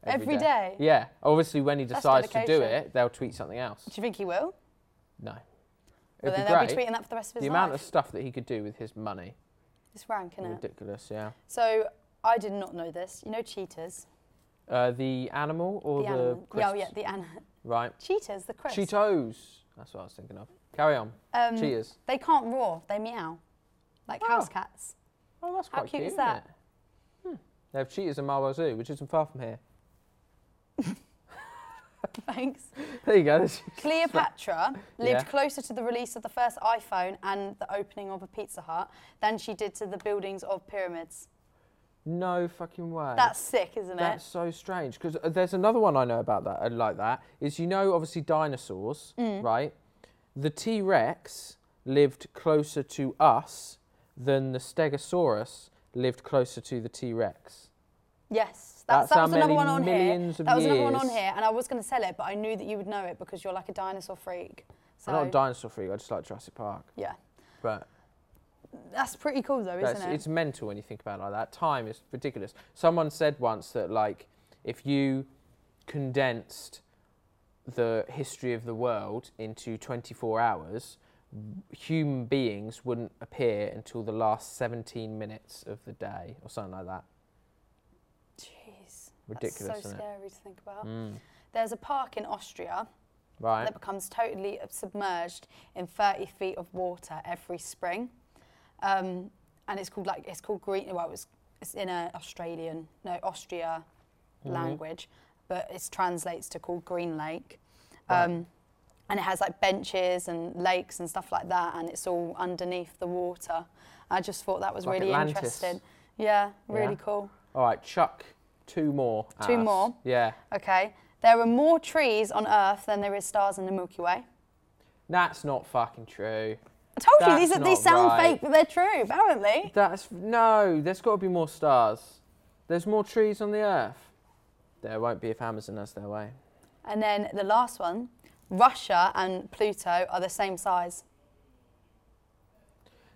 Every day?
Yeah. Obviously, when he
That's
decides to do
dedication.
it, they'll tweet something else.
Do you think he will?
No.
But
It'd
then
be
they'll
great.
be tweeting that for the rest of his
the
life.
amount of stuff that he could do with his money.
it's rank, isn't it?
Ridiculous, yeah.
So I did not know this. You know cheeters?
Uh, the animal or the,
animal. Yeah, oh, yeah,
crisps?
the an-
Right.
cheeters, the crisps.
Cheetos. That's what I was thinking of. Carry on.
Um,
Cheers.
They can't roar, they meow. Like
Ah.
house cats.
Oh, that's
how
quite
cute is
isn't
that?
it? Hmm. They have cheetahs in Marlborough Zoo, which isn't far from here.
Thanks.
There you go. that's-
Cleopatra lived
Yeah.
closer to the release of the first iPhone and the opening of a Pizza Hut than she did to the buildings of pyramids.
no fucking way.
That's sick, isn't
That's so strange because there's another one I know about that uh, like that is you know obviously dinosaurs right the T Rex lived closer to us than the Stegosaurus lived closer to the T Rex.
it? Yes. That's,
That's
that
how
was another
many
one on
millions
here.
of
that was another one on
years.
here, and I was going to sell it, but I knew that you would know it because you're like a dinosaur freak. So,
I'm not a dinosaur freak. I just like Jurassic Park,
yeah.
but
That's pretty cool, though,
that's,
isn't it?
it's mental when you think about it like that. Time is ridiculous. Someone said once that like if you condensed the history of the world into 24 hours, human beings wouldn't appear until the last 17 minutes of the day or something like that.
Jeez.
Ridiculous,
That's so
isn't it? Hmm.
scary to think about. There's a park in Austria
Right.
that becomes totally submerged in 30 feet of water every spring. Um, and it's called like it's called green. Well, it's it's in a Australian no Austria
Mm-hmm.
language, but it translates to called Green Lake. Um, and it has like benches and lakes and stuff like that, and it's all underneath the water. I just thought that was
Like
really
Atlantis.
interesting. Yeah, really
Yeah.
cool.
All right, chuck two more. at
Two
us.
more?
Yeah.
Okay, there are more trees on Earth than there is stars in the Milky Way.
That's not fucking true.
I told
That's
you these are,
not
these sound
right.
fake, but they're true. Apparently,
That's no. There's got to be more stars. There's more trees on the earth. There won't be if Amazon has their way.
and then the last one, Russia and Pluto are the same size.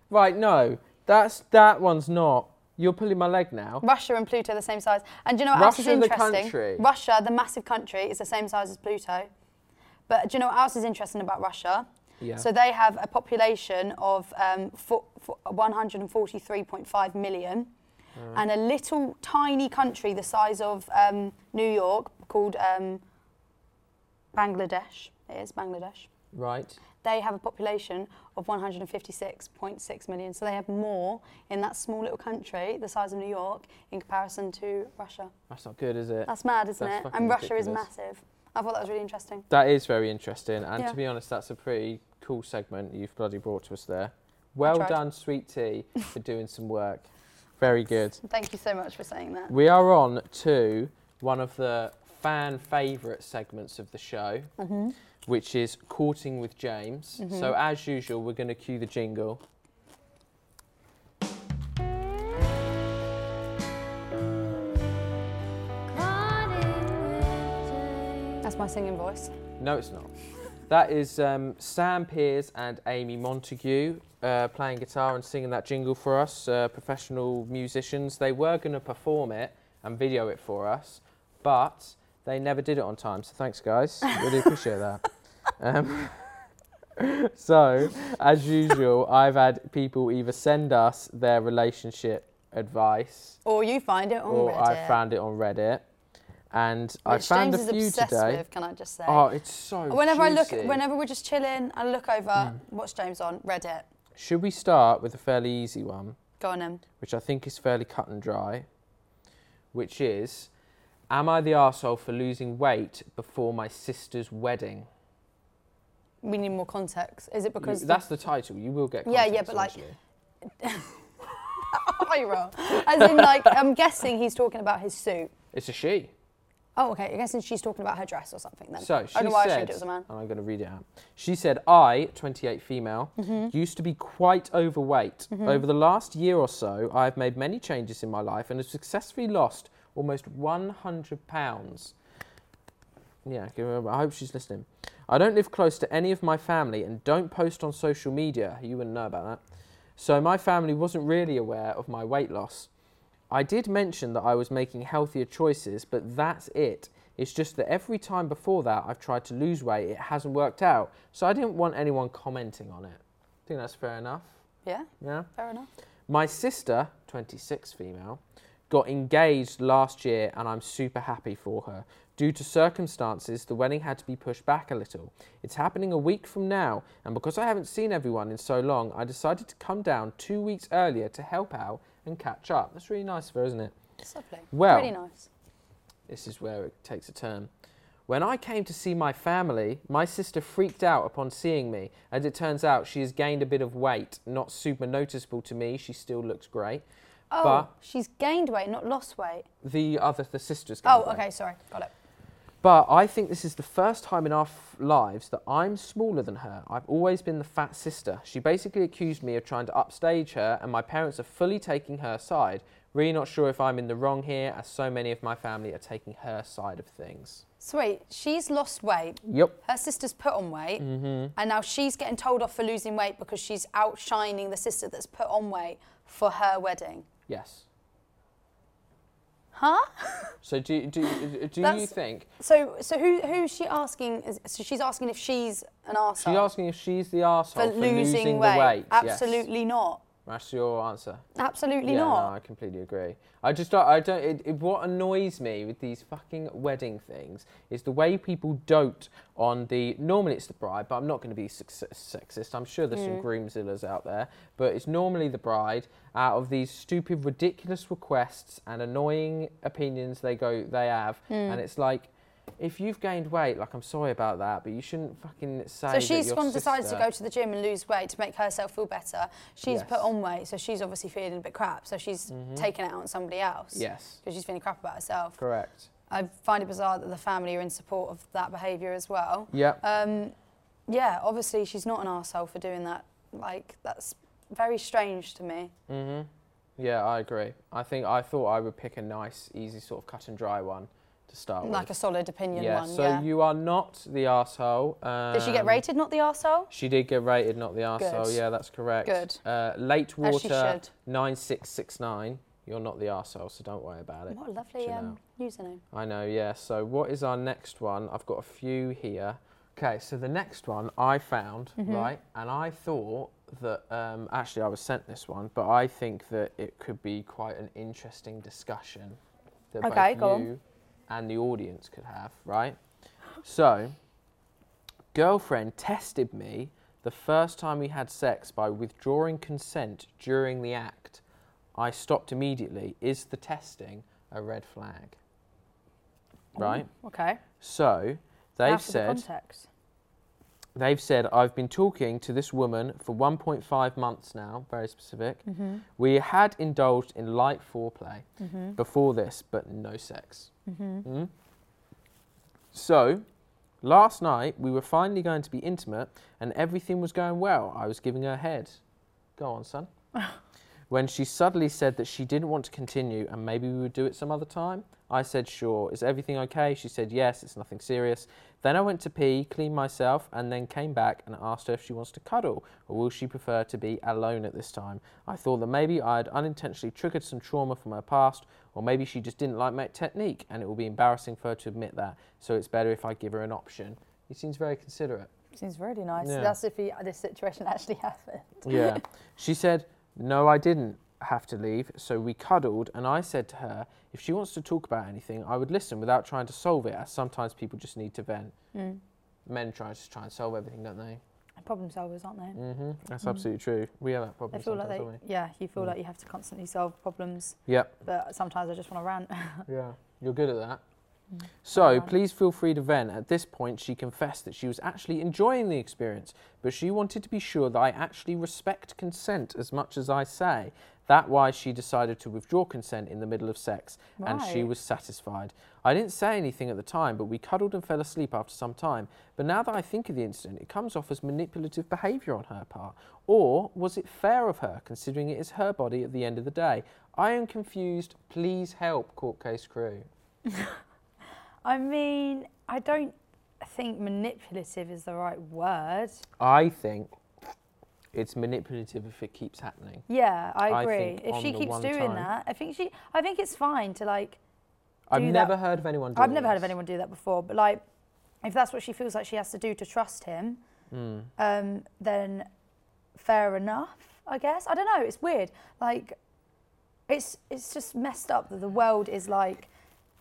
Right, no. That's that one's not. You're pulling my leg now.
Russia and Pluto are the same size. And do you know what else is
Russia, the
interesting?
country.
Russia, the massive country, is the same size as Pluto. But do you know what else is interesting about Russia?
Yeah.
So they have a population of um, fo- fo- 143.5 million, and a little tiny country the size of um, New York called um, Bangladesh. It is Bangladesh.
Right.
They have a population of 156.6 million, so they have more in that small little country, the size of New York, in comparison to Russia.
That's not good, is it?
That's mad, isn't
That's
it?
fucking
And Russia is
ridiculous.
massive. I thought that was really interesting.
That is very interesting. And
Yeah.
to be honest, that's a pretty cool segment you've bloody brought to us there. Well
tried.
done, Sweet Tea, for doing some work. Very good.
Thank you so much for saying that.
We are on to one of the fan favourite segments of the show, which is Courting with James. So, as usual, we're going to cue the jingle.
That's my singing voice.
No, it's not. That is um, Sam Pearce and Amy Montague uh, playing guitar and singing that jingle for us, uh, professional musicians. They were going to perform it and video it for us, but they never did it on time. So thanks, guys. Really appreciate that. Um, so, as usual, I've had people either send us their relationship advice
Or you find it on
or
Reddit.
I found it on Reddit. And I
which
found
James
a few
is obsessed
today.
with, can I just say?
Oh, it's so
whenever I look,
juicy. Hmm.
whenever we're just chilling, I look over, what's James on? Reddit.
Should we start with a fairly easy one,
Go on um, him.
which I think is fairly cut and dry, which is Am I the arsehole for losing weight before my sister's wedding?
We need more context. Is it
You-
because
that's the title. You will get
Yeah, yeah,
context
but, like,
eventually.
viral? As in, like, I'm guessing he's talking about his suit.
It's a she.
Oh, okay. I guess she's talking about her dress or something then.
So she
I don't know why I
said,
assumed it was a man.
and I'm going to read it out. She said, I, 28 female,
Mm-hmm.
used to be quite overweight. Over the last year or so, I have made many changes in my life and have successfully lost almost 100 pounds. Yeah, I can remember. I hope she's listening. I don't live close to any of my family and don't post on social media. You wouldn't know about that. So my family wasn't really aware of my weight loss. I did mention that I was making healthier choices, but that's it. It's just that every time before that I've tried to lose weight, it hasn't worked out. So I didn't want anyone commenting on it. I think that's fair enough.
Yeah,
Yeah.
fair enough.
My sister, 26 female, got engaged last year and I'm super happy for her. Due to circumstances, the wedding had to be pushed back a little. It's happening a week from now, and because I haven't seen everyone in so long, I decided to come down two weeks earlier to help out and catch up. That's really nice of her, isn't it?
It's lovely.
Well-
really nice.
This is where it takes a turn. When I came to see my family, my sister freaked out upon seeing me. As it turns out, she has gained a bit of weight. Not super noticeable to me, she still looks great.
Oh,
But
she's gained weight, not lost weight.
the other the sisters. gained
Oh,
weight.
okay, sorry, got it.
But I think this is the first time in our f- lives that I'm smaller than her. I've always been the fat sister. She basically accused me of trying to upstage her, and my parents are fully taking her side. Really not sure if I'm in the wrong here, as so many of my family are taking her side of things.
Sweet. She's lost weight.
Yep.
Her sister's put on weight,
Mm-hmm.
and now she's getting told off for losing weight because she's outshining the sister that's put on weight for her wedding.
Yes.
Huh?
So do do do you
That's-
think
So, so who who's she asking? is- So she's asking if she's an arsehole
she's asking if she's the arsehole
for, losing, weight.
the weight? Yes.
Absolutely not.
That's your answer.
Absolutely
yeah,
not.
no, I completely agree. I just don't. I don't. It, it, what annoys me with these fucking wedding things is the way people dote on the. Normally it's the bride, but I'm not going to be sex- sexist. I'm sure there's
Mm.
some groomzillas out there, but it's normally the bride. Out of these stupid,
Mm.
ridiculous requests and annoying opinions they go, they have, and it's like. If you've gained weight, like I'm sorry about that, but you shouldn't fucking say.
So
that
she's
your
gone decided to
sister-
go to the gym and lose weight to make herself feel better. She's
Yes.
put on weight, so she's obviously feeling a bit crap. So she's taking it out on somebody else.
Yes.
Because she's feeling crap about herself.
Correct.
I find it bizarre that the family are in support of that behaviour as well.
Yeah.
Um, yeah, obviously she's not an arsehole for doing that. Like, that's very strange to me.
yeah, I agree. I think I thought I would pick a nice, easy sort of cut and dry one to start
Like a
with.
solid opinion
yeah.
one.
so
yeah.
you are not the asshole. Um,
Did she get rated, not the arsehole?
She did get rated, not the arsehole.
Good.
Yeah, that's correct.
Good.
Uh, late
As
water
she should.
nine six six nine. You're not the arsehole, so don't worry about it.
What a lovely
Chill
um,
out.
username.
I know, yeah. So, what is our next one? I've got a few here. Okay, so the next one I found,
Mm-hmm.
right, and I thought that um, actually I was sent this one, but I think that it could be quite an interesting discussion that
Okay,
both
go on.
you and the audience could have, right? So, girlfriend tested me the first time we had sex by withdrawing consent during the act. I stopped immediately. Is the testing a red flag? Right?
Okay.
So they've said
context.
they've said I've been talking to this woman for 1.5 months now, very specific.
Mm-hmm.
We had indulged in light foreplay before this, but no sex.
Mm-hmm.
Mm. So last night we were finally going to be intimate, and everything was going well. I was giving her head. Go on, son. when she suddenly said that she didn't want to continue and maybe we would do it some other time. I said, sure. Is everything okay? She said, yes, it's nothing serious. Then I went to pee, cleaned myself, and then came back and asked her if she wants to cuddle or will she prefer to be alone at this time. I thought that maybe I had unintentionally triggered some trauma from her past, or maybe she just didn't like my technique and it will be embarrassing for her to admit that, so it's better if I give her an option. He seems very considerate.
Seems really nice.
Yeah.
That's if he, this situation actually happened.
Yeah. she said, No, I didn't have to leave. So we cuddled, and I said to her, If she wants to talk about anything, I would listen without trying to solve it, as sometimes people just need to vent.
Mm.
Men try to try and solve everything, don't they?
Problem solvers, aren't they?
hmm That's absolutely true. We have that
Mm-hmm. They
problem
feel
sometimes,
like they,
don't Hmm.
yeah, you feel like you have to constantly solve problems,
we? Yep.
but sometimes I just want to rant.
Yeah, you're good at that. So, please feel free to vent. At this point, she confessed that she was actually enjoying the experience, but she wanted to be sure that I actually respect consent as much as I say. That why she decided to withdraw consent in the middle of sex, and she
Right.
was satisfied. I didn't say anything at the time, but we cuddled and fell asleep after some time. But now that I think of the incident, it comes off as manipulative behaviour on her part. Or was it fair of her, considering it is her body at the end of the day? I am confused. Please help, court case crew.
I mean, I don't think manipulative is the right word.
I think it's manipulative if it keeps happening.
Yeah, I
I
agree.
think
if
on
she
the
keeps
one
doing
time-
that, I think she, I think it's fine to like.
I've
do that-
never heard of anyone doing
I've never heard of
this.
anyone do that before, but like, if that's what she feels like she has to do to trust him,
Hmm.
um, then fair enough, I guess. I don't know. It's weird. Like, it's it's just messed up that the world is like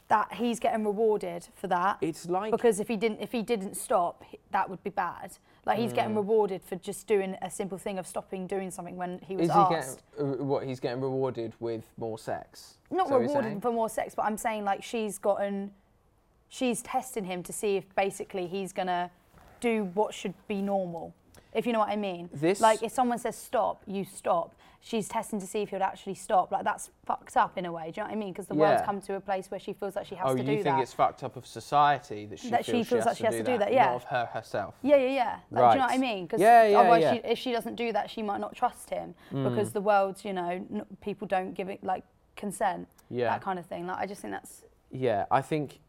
that. He's getting rewarded for that.
It's like-
because if he didn't if he didn't stop, h- that would be bad. Like he's
Hmm.
getting rewarded for just doing a simple thing of stopping doing something when he was
Is he
asked.
getting uh, what he's getting rewarded with more sex?
not
So you're saying?
rewarded for more sex, but I'm saying like she's gotten, she's testing him to see if basically he's gonna do what should be normal, if you know what I mean.
This-
like if someone says stop, you stop. She's testing to see if he'll actually stop. Like that's fucked up in a way. Do you know what I mean? Because the world's
Yeah.
come to a place where she feels like she has
Oh,
to
you
do
think
that.
it's fucked up of society that she
That she
feels
feels like she has to do that, yeah.
not of her herself.
Yeah, yeah, yeah. Like, Do you know what I
Right.
mean? Because
Yeah, yeah,
otherwise,
yeah. Mm.
She, if she doesn't do that, she might not trust him because the world's, you know, n- people don't give it like consent,
Yeah.
that kind of thing. Like I just think that's
Yeah, I think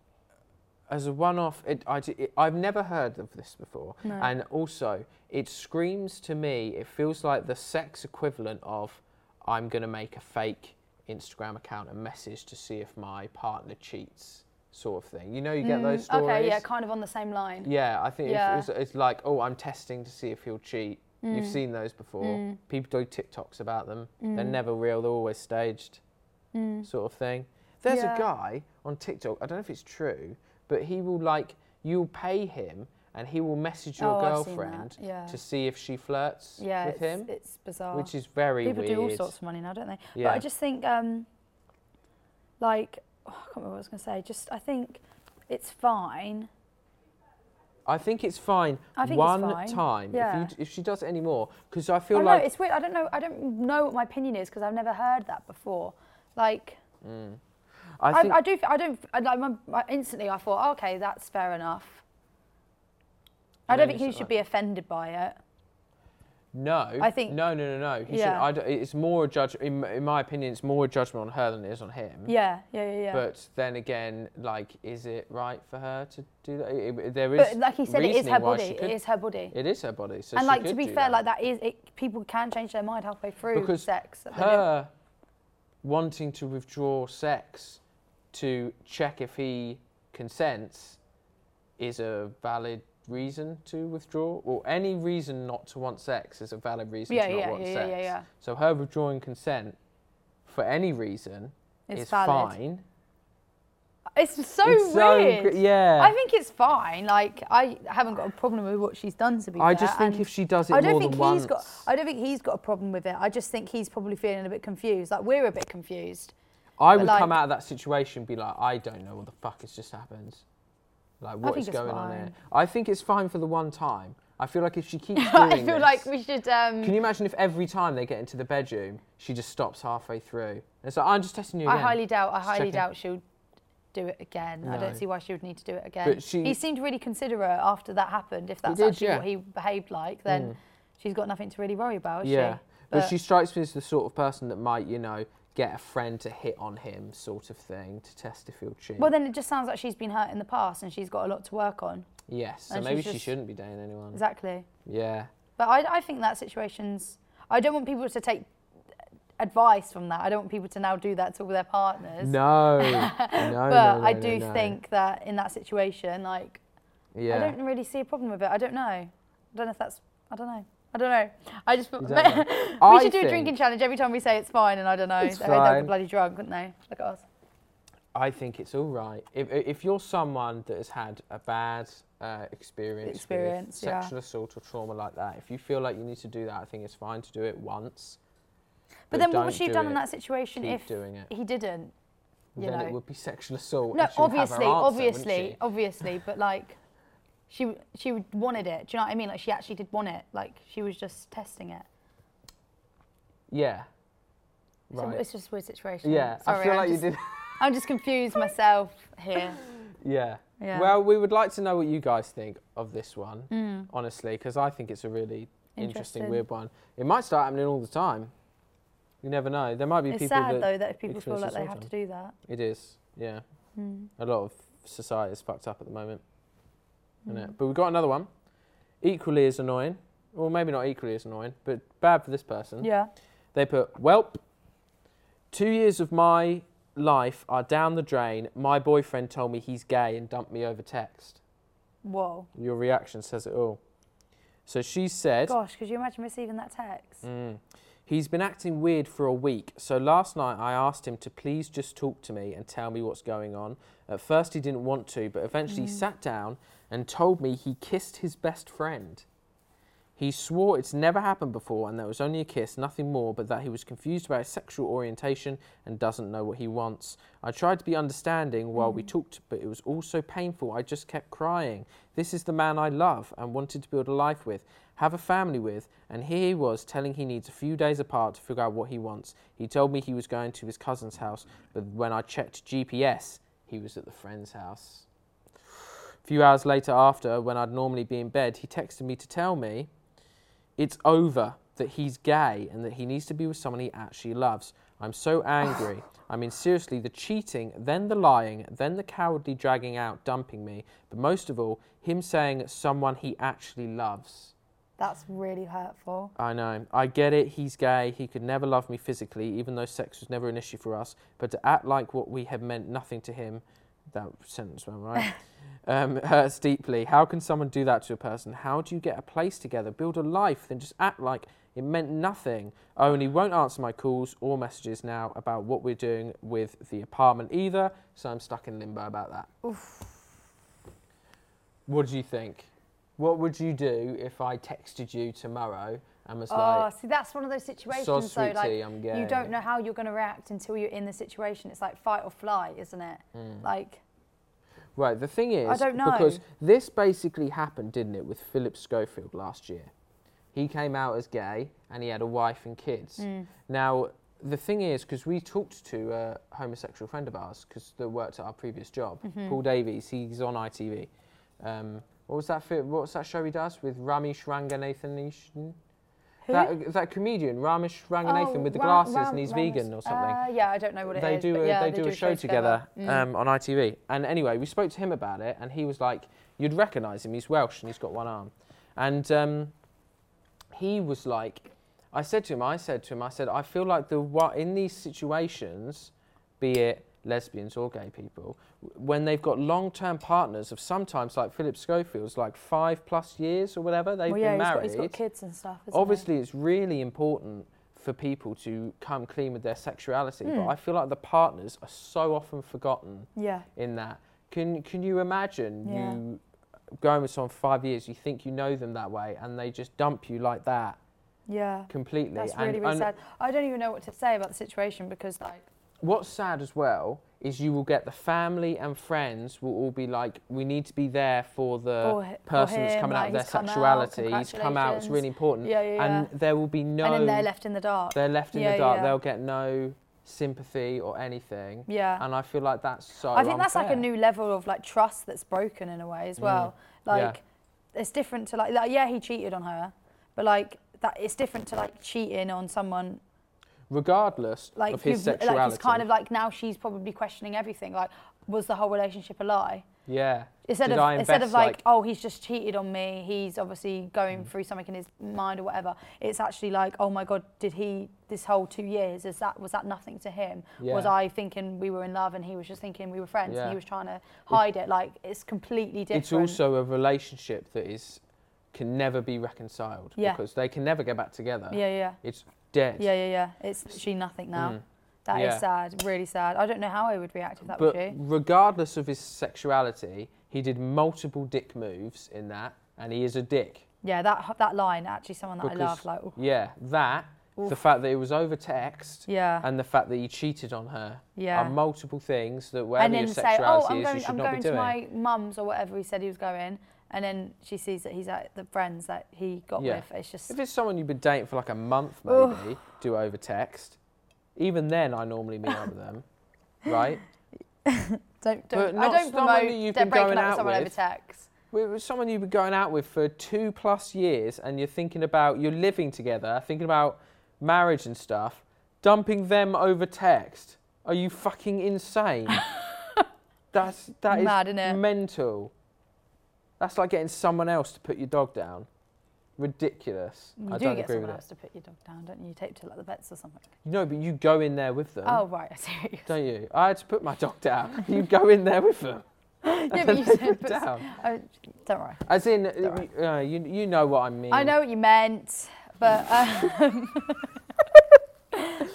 as a one-off, it, I, d- it- I've never heard of this before, and also it screams to me. It feels like the sex equivalent of I'm going to make a fake Instagram account and message to see if my partner cheats, sort of thing. You know, you get those stories.
Mm, okay. Yeah, kind of on the same line.
Yeah, I think
Yeah. Mm.
It's, it's, it's like, oh, I'm testing to see if he'll cheat. You've seen those before. People do TikToks about them. They're never real. They're always staged, sort of thing. There's
Mm. Yeah.
a guy on TikTok. I don't know if it's true, but he will like you'll pay him and he will message your
Oh, I've seen that,
girlfriend
yeah.
to see if she flirts
yeah,
with
it's,
him,
it's bizarre.
which is very
people
weird.
do all sorts of money now, don't they? But
Yeah.
I just think, um, like, oh, I can't remember what I was going to say. Just I think it's fine.
I think it's fine
I think it's
one
fine.
time.
Yeah.
If, you, if she does it anymore, because I
I
feel
don't
like
know. It's weird. I don't know. I don't know what my opinion is because I've never heard that before. Like
I
I,
think
I, do. f- I don't. I, like, my, my- instantly, I thought, "Oh, okay, that's fair enough. I
No,
don't think
you
he
said
should
like-
be offended by it.
Mm. no.
I think-
no, no, no, no. He should,
Yeah.
I don't- it's more a judge. In, in my opinion, it's more a judgment on her than it is on him.
Yeah, yeah, yeah, yeah.
But then again, like, is it right for her to do that? It- it- there is.
But like he said, it is
reasoning
her
why
body.
she could-
It is her body.
It is her body. So
and
she
like to
could
be
do
fair,
that.
like that is it, people can change their mind halfway through
because
sex. that they don't-
her wanting to withdraw sex to check if he consents is a valid reason to withdraw or any reason not to want sex is a valid reason
Yeah,
to not
yeah,
want
yeah, yeah,
sex
yeah, yeah.
so her withdrawing consent for any reason
It's
is
valid.
fine
It's so
It's so
weird.
gr- yeah.
I think it's fine. Like I haven't got a problem with what she's done to be
I
fair,
just think
and
if she does it
I don't
more
think
than
he's got
once-
I don't think he's got a problem with it. I just think he's probably feeling a bit confused. Like we're a bit confused.
i would
like-
come out of that situation and be like i don't know what the fuck has just happened like what
think
is
it's
going on there
fine.
i think it's fine for the one time i feel like if she keeps doing
I feel
this-
like we should um
Can you imagine if every time they get into the bedroom, she just stops halfway through? And it's like, I'm just testing you
I
again.
highly doubt I
Just
highly
checking."
doubt she'll do it again. I
No.
don't see why she would need to do it again.
But she-
he seemed really considerate after that happened. If that's
did,
actually
yeah. Mm.
what he behaved like, then she's got nothing to really worry about, has
Yeah.
she?
But, she strikes me as the sort of person that might, you know, get a friend to hit on him, sort of thing, to test if he'll cheat.
Well then it just sounds like she's been hurt in the past and she's got a lot to work on.
yes. So
and
maybe
she's
she
just-
shouldn't be dating anyone.
Exactly.
Yeah.
But I, I think that situation's. I don't want people to take advice from that. I don't want people to now do that to all their partners.
No. no, no.
but
no,
I
no,
do
no.
think that in that situation, like,
Yeah.
I don't really see a problem with it. I don't know. I don't know if that's. I don't know. I don't know. I just.
You don't know.
we
I
should do a
think-
drinking challenge every time we say it's fine, and I don't know.
It's
They'll- They'll
fine.
get bloody drunk, wouldn't they? Look at us.
I think it's all right. If, if you're someone that has had a bad uh, experience, with
Experience, yeah.
sexual assault or trauma like that, if you feel like you need to do that, I think it's fine to do it once.
But, then, what
don't
would she have
do
done in
it.
that situation
Keep
if
doing it.
he didn't? You
then
know.
it would be sexual assault.
No,
and she would have her
obviously,
answer, wouldn't
obviously,
she?
obviously, but like, she w- she w- wanted it. Do you know what I mean? Like, she actually did want it. Like, she was just testing it.
Yeah.
So
Right.
it's just a weird situation.
yeah,
Sorry,
I feel
I'm
like
just,
you did.
I'm just confused myself here.
yeah.
Yeah.
Well, we would like to know what you guys think of this one, honestly, because I think it's a really interesting.
Mm. Interesting.
weird one. It might start happening all the time. You never know. There might be
It's
people
sad
that
though that people feel
experience
like
this
they
all
have
the
to do that.
time. It is. Yeah. A lot of society is fucked up at the moment. innit? But we've got another one, equally as annoying, or maybe not equally as annoying, but bad for this person.
Yeah.
They put, Welp, two years of my life are down the drain. My boyfriend told me he's gay and dumped me over text.
Whoa.
Your reaction says it all. So she said,
Gosh, could you imagine receiving that text?
Mm. He's been acting weird for a week, so last night I asked him to please just talk to me and tell me what's going on. At first he didn't want to, but eventually he sat down and told me he kissed his best friend. He swore it's never happened before and that it was only a kiss, nothing more, but that he was confused about his sexual orientation and doesn't know what he wants. I tried to be understanding while we talked, but it was all so painful I just kept crying. This is the man I love and wanted to build a life with, have a family with, and here he was telling he needs a few days apart to figure out what he wants. He told me he was going to his cousin's house, but when I checked GPS, he was at the friend's house. A few hours later, after, when I'd normally be in bed, he texted me to tell me it's over that he's gay and that he needs to be with someone he actually loves. I'm so angry. I mean, seriously, the cheating, then the lying, then the cowardly dragging out, dumping me, but most of all, him saying someone he actually loves.
That's really hurtful.
I know. I get it. He's gay. He could never love me physically, even though sex was never an issue for us. But to act like what we had meant nothing to him, that sentence went right, um, hurts deeply. How can someone do that to a person? How do you get a place together, build a life, then just act like it meant nothing? Oh, and he won't answer my calls or messages now about what we're doing with the apartment either. So I'm stuck in limbo about that. What do you think? What would you do if I texted you tomorrow and was
Oh,
like,
see, that's one of those situations.
So
So,
sweet
like,
tea, I'm
you
gay.
don't know how
Mm.
you're going to react until you're in the situation. It's like fight or flight, isn't it? Like,
Right, the thing is,
I don't know.
because this basically happened, didn't it, with Philip Schofield last year? He came out as gay and he had a wife and kids.
Hmm.
Now, the thing is, because we talked to a homosexual friend of ours, because that worked at our previous job,
Mm-hmm.
Paul Davies, he's on ITV. Um, what was that? fi- What's that show he does with Rami Shranganathan? That uh, that comedian Rami Shranganathan
Oh,
with the
Ra-
glasses
Ra-
and he's
Ramas-
vegan or something
Uh, yeah, I don't know what it is.
they do
but
a,
yeah,
they, do a show together,
Mm.
um, on ITV. And anyway, we spoke to him about it, and he was like, "You'd recognise him. He's Welsh, and he's got one arm." And um, he was like, "I said to him, I said to him, I said, I feel like the what in these situations, be it." Lesbians or gay people, w- when they've got long-term partners of sometimes like Philip Schofield's, like five plus years or whatever, they've
Well, yeah,
been
he's got,
married
he's got kids and stuff. isn't he?
obviously it's really important for people to come clean with their sexuality but
Hmm.
i feel like the partners are so often forgotten
Yeah.
in that can can you imagine
Yeah.
you going with someone for 5 years you think you know them that way and they just dump you like that
Yeah.
completely
That's
and,
really, really
and
sad. I don't even know what to say about the situation because, like,
what's sad as well is you will get the family and friends will all be like, we need to be there for the
For hi- for
person that's
him,
coming out
like,
of their
he's come out,
sexuality. he's come out. It's
congratulations.
really important.
Yeah, yeah, yeah.
And there will be no.
and then they're left in the dark.
They're left in
Yeah,
the dark.
yeah.
They'll get no sympathy or anything.
Yeah.
And I feel like that's so.
I think that's like a
unfair. Mm.
new level of like trust that's broken in a way as well. Like it's different to like, like yeah, he cheated on her, but like that it's different to like cheating on someone
Regardless
like
of his
you've- like,
sexuality.
it's kind of like now she's probably questioning everything. Like was the whole relationship a lie?
yeah.
Instead
Did
of
I
instead of
invest, Mm-hmm.
like, oh he's just cheated on me, he's obviously going through something in his mind or whatever. It's actually like oh my god, did he this whole two years is that was that nothing to him? Was
Yeah.
I thinking we were in love and he was just thinking we were friends
Yeah.
and he was trying to hide it? Like it's completely different.
it's also a relationship that is can never be reconciled
Yeah.
because they can never get back together.
yeah yeah
It's dead.
yeah yeah yeah. It's she nothing now. That
Mm.
is
Yeah.
sad, really sad. I don't know how I would react if that
But
was you.
regardless of his sexuality, he did multiple dick moves in that, and he is a dick.
Yeah, that that line actually, someone that I
Because-
love. Like, oh,
Yeah, that, the fact that it was over text,
Yeah.
and the fact that he cheated on her
Yeah.
are multiple things that wherever
and then
your
say, oh,
sexuality
I'm
is, you
going,
should
I'm
not
going
be
to
doing.
my mum's or whatever he said he was going, and then she sees that he's at the friends that he got
Yeah.
with. It's just
If it's someone you've been dating for like a month, maybe, do over text. Even then, I normally meet up with them, right?
don't
but
don't
not
I
someone
don't promote
that you've
they're
been
breaking
going
up
out
with someone over
with.
text.
Well, It was someone you've been going out with for two plus years, and you're thinking about you're living together, thinking about marriage and stuff, dumping them over text. Are you fucking insane? That's that is
Mad, innit?
mental. That's like getting someone else to put your dog down. Ridiculous.
You
I
do
don't
get
agree
someone
with
else to put your dog down, don't you? You Take to like the vets or something.
it. No, but you go in there with them,
Oh right, I see. what you're
don't you? I had to put my dog down. you go in there with them.
yeah, but you
They put
said, but,
down.
oh, don't worry.
As in, uh, you, you know what I mean.
I know what you meant, but um,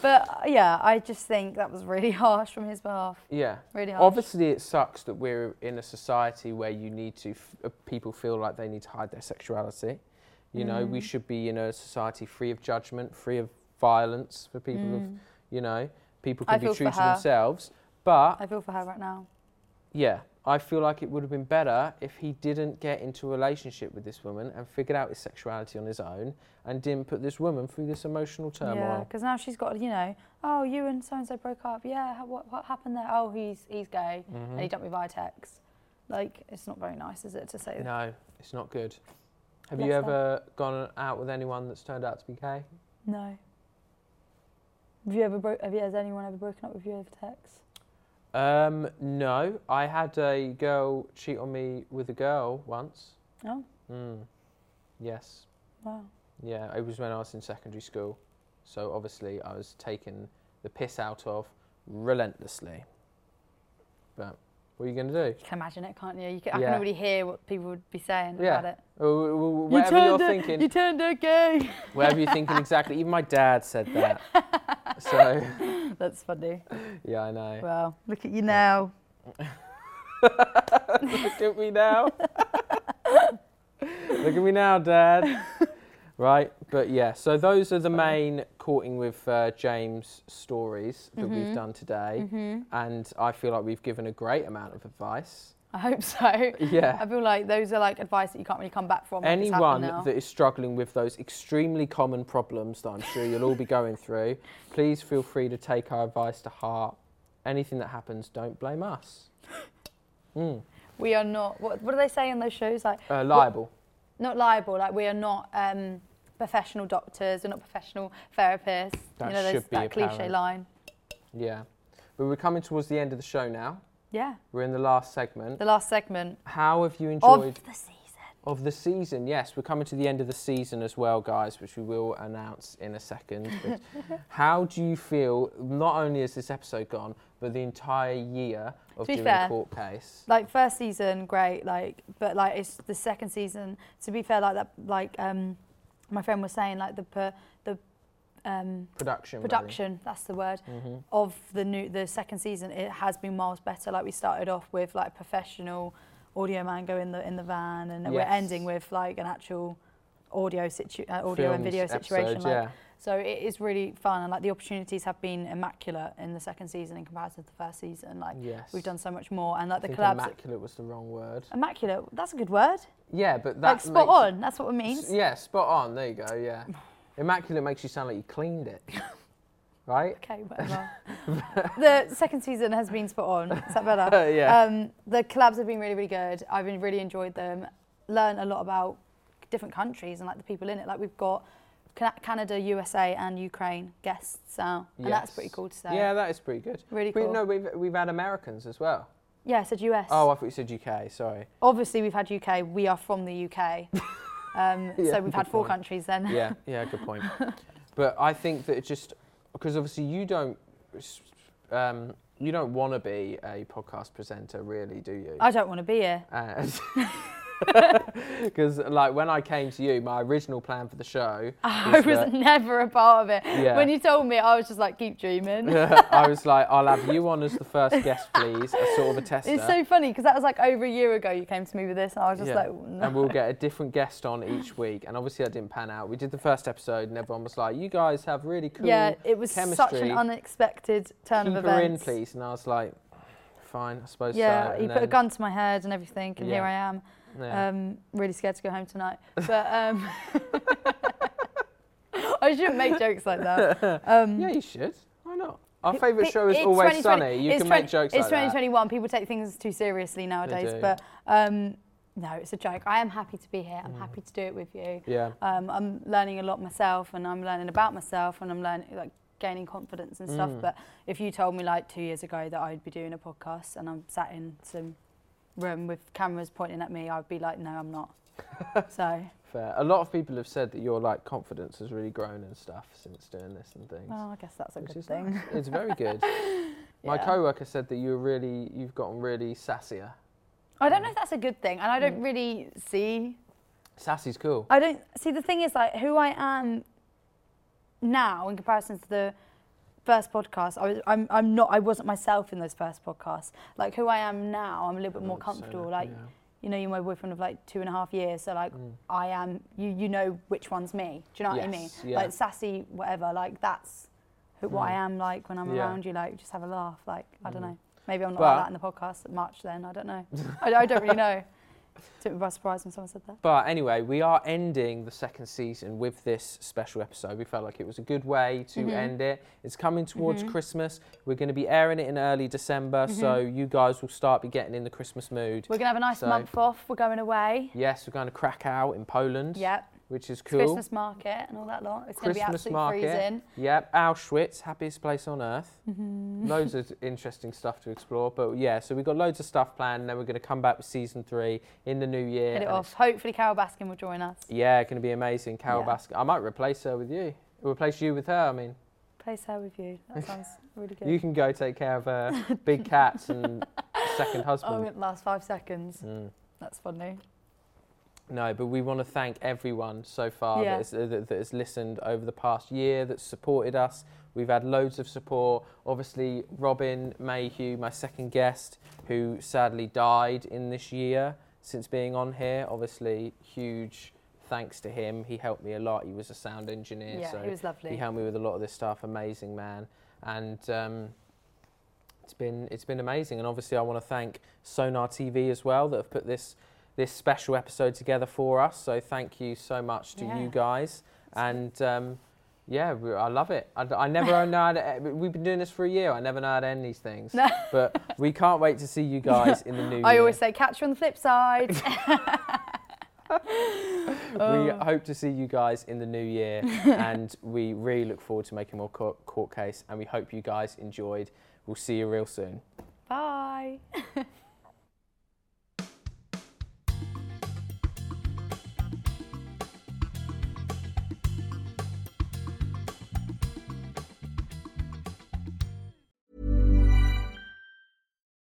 but uh, yeah, I just think that was really harsh from his behalf.
Yeah.
Really harsh.
Obviously, it sucks that we're in a society where you need to, f- uh, people feel like they need to hide their sexuality. You know,
Mm.
we should be in a society free of judgment, free of violence for people of, you know, people
Mm. I
can be
feel for
true to
her.
themselves. But
I feel for her right now.
yeah, I feel like it would have been better if he didn't get into a relationship with this woman and figured out his sexuality on his own and didn't put this woman through this emotional
Yeah,
turmoil.
because now she's got you know, oh, you and so and so broke up. Yeah, how, what what happened there? Oh, he's he's gay,
Mm-hmm.
and he dumped me via text. Like, it's not very nice, is it, to say that?
No, it's not good. Have you
Bless her.
ever gone out with anyone that's turned out to be gay?
No. Have you ever broke? Have you? Has anyone ever broken up with you over text?
Um, no, I had a girl cheat on me with a girl once.
No.
Mm. Yes.
Oh. Wow.
Yeah, it was when I was in secondary school. So obviously I was taken the piss out of relentlessly. But what are you going to do?
You can imagine it, can't you? you can, I
Yeah.
can already hear what people would be saying
Yeah.
about it.
Oh, w- w- Whatever you are thinking,
you turned out gay.
whatever you're thinking exactly. Even my dad said that. so,
That's funny.
yeah, I know.
Well, look at you now.
Look at me now. Look at me now, Dad. Right, but yeah, so those are the main courting with uh, James
Mm-hmm.
stories that we've done today. And I feel like we've given a great amount of advice.
I hope so.
Yeah.
I feel like those are like advice that you can't really come back from. like, it's happened
Anyone
now.
that is struggling with those extremely common problems that I'm sure you'll all be going through, please feel free to take our advice to heart. Anything that happens, don't blame us.
we are not. What, what do they say in those shows? Like
Uh,
what-
liable.
not liable. Like we are not um, professional doctors. We're not professional therapists.
That
you know, those-
should be
that cliche
apparent.
line.
Yeah. But we're coming towards the end of the show now.
Yeah.
We're in the last segment.
The last segment
How have you enjoyed
of the season.
of the season? Yes, we're coming to the end of the season as well, guys, which we will announce in a second. But how do you feel? Not only has this episode gone, but the entire year of
To be
doing
fair,
a court case.
Like first season, great. Like, but like it's the second season. To be fair, like that, like um, my friend was saying, like the per, the um,
Production. value.
production that's the word
Mm-hmm.
of the new the second season it has been miles better like we started off with like professional audio man go in the in the van and we're
Yes.
ending with like an actual audio situ- uh, audio
Films
and video
episode,
situation like,
yeah.
so it is really fun and like the opportunities have been immaculate in the second season in comparison to the first season like
Yes.
we've done so much more and like
I
the
think
collabs
immaculate was the wrong word.
immaculate that's a good word
Yeah, but that
like spot
makes-
on that's what it means
S- Yeah, spot on. There you go. Yeah, immaculate makes you sound like you cleaned it, right?
Okay, whatever. the second season has been spot on. Is that better?
Yeah.
Um, the collabs have been really, really good. I've been really enjoyed them. Learned a lot about different countries and like the people in it. Like we've got Ca- Canada, USA, and Ukraine guests now, and that's pretty
Yes.
cool to say.
Yeah, that is pretty good.
Really
We,
cool.
no, we've we've had Americans as well.
Yeah, I said US.
Oh, I thought you said UK. Sorry.
Obviously, we've had UK. We are from the UK. Um,
Yeah,
so we've had
good
four
point.
countries then.
Yeah, yeah, good point. but I think that it just because obviously you don't s- um, you don't want to be a podcast presenter, really, do you?
I don't want to be here.
Because like when I came to you, my original plan for the show,
I was
that-
never a part of it.
Yeah.
When you told me, I was just like, keep dreaming.
I was like, I'll have you on as the first guest, please, as sort of a tester.
It's so funny because that was like over a year ago you came to me with this, and I was just
Yeah.
like, no.
And we'll get a different guest on each week. And obviously, I didn't pan out. We did the first episode, and everyone was like, "You guys have really cool
yeah, it was
chemistry.
such an unexpected turn
Keep
of
her in,
events.
please." And I was like, "Fine, I suppose so."
Yeah, you
And
put a
then-
gun to my head and everything, and
Yeah.
here I am.
yeah.
Um, really scared to go home tonight, but um, I shouldn't make jokes like that.
yeah, you should. Why not? Our favourite
Pe-
show is
um, it's
Always
2020
Sunny. You
it's
can
20
make jokes
It's
like that.
2021. People take things too seriously nowadays,
do.
but um, no, it's a joke. I am happy to be here. I'm happy to do it with you.
Mm. Yeah.
Um, I'm learning a lot myself, and I'm learning about myself, and I'm learning like gaining confidence and
Mm.
stuff. But if you told me like two years ago that I'd be doing a podcast and I'm sat in some room with cameras pointing at me, I'd be like, no, I'm not. so
Fair. A lot of people have said that your like confidence has really grown and stuff since doing this and things.
well, I guess that's a
which
Oh, good
is
thing.
nice. It's very good. My
Yeah.
co-worker said that you're really, you've gotten really sassier.
I don't know if that's a good thing, and I
Mm.
don't really see
Sassy's cool.
I don't see the thing is like who I am now in comparison to the first podcast. I was I'm I'm not I wasn't myself in those first podcasts. Like who I am now, I'm a little bit more comfortable. Like you know, you're my boyfriend of like two and a half years, so like
Mm.
I am you you know which one's me. Do you know what I mean?
Yes, yeah. Mm.
Like sassy, whatever. Like that's who, what I am like when I'm
Yeah. Mm.
around you. Like just have a laugh. Like I don't know. Maybe I'm not
But-
like that in the podcast much. Then I don't know. I, I don't really know. Took me by surprise when someone said that.
But anyway, we are ending the second season with this special episode. We felt like it was a good way
Mm-hmm.
to end it. It's coming towards Christmas. We're going to be airing it in early December, so you guys will start be getting in the Christmas mood.
Mm-hmm. We're gonna have a nice
So-
month off. We're going away.
Yes, we're going to Krakow in Poland.
Yep.
Which is
It's
cool.
Christmas market and all that lot. It's gonna be absolutely freezing.
Yep, Auschwitz, happiest place on earth.
Mm-hmm.
Loads of interesting stuff to explore. But yeah, so we've got loads of stuff planned. And then we're going to come back with season three in the new year.
Get it
and
off. Hopefully, Carol Baskin will join us.
it's- Yeah, going to be amazing. Carol
Yeah.
Baskin. I might replace her with you. Replace you with her, I mean.
Place her with you. That sounds really good.
You can go take care of her big cats and second
oh,
husband.
it lasts five seconds.
Mm.
That's funny.
No, but we want to thank everyone so far
Yeah.
that, has, uh, that, that has listened over the past year, that's supported us. We've had loads of support. Obviously, Robin Mayhew, my second guest, who sadly died in this year since being on here. Obviously, huge thanks to him. He helped me a lot. He was a sound engineer.
Yeah,
so
he was lovely.
He helped me with a lot of this stuff. Amazing man. And um, It's been it's been amazing, and obviously I want to thank Sonar TV as well that have put this this special episode together for us. So thank you so much to
Yeah.
you guys, and um, yeah, we, I love it. I, I never know how to, we've been doing this for a year. I never know how to end these things, but we can't wait to see you guys in the new
I
year.
always say, catch you on the flip side.
We
"Oh."
hope to see you guys in the new year, and we really look forward to making more court, court case. And we hope you guys enjoyed. We'll see you real soon.
Bye.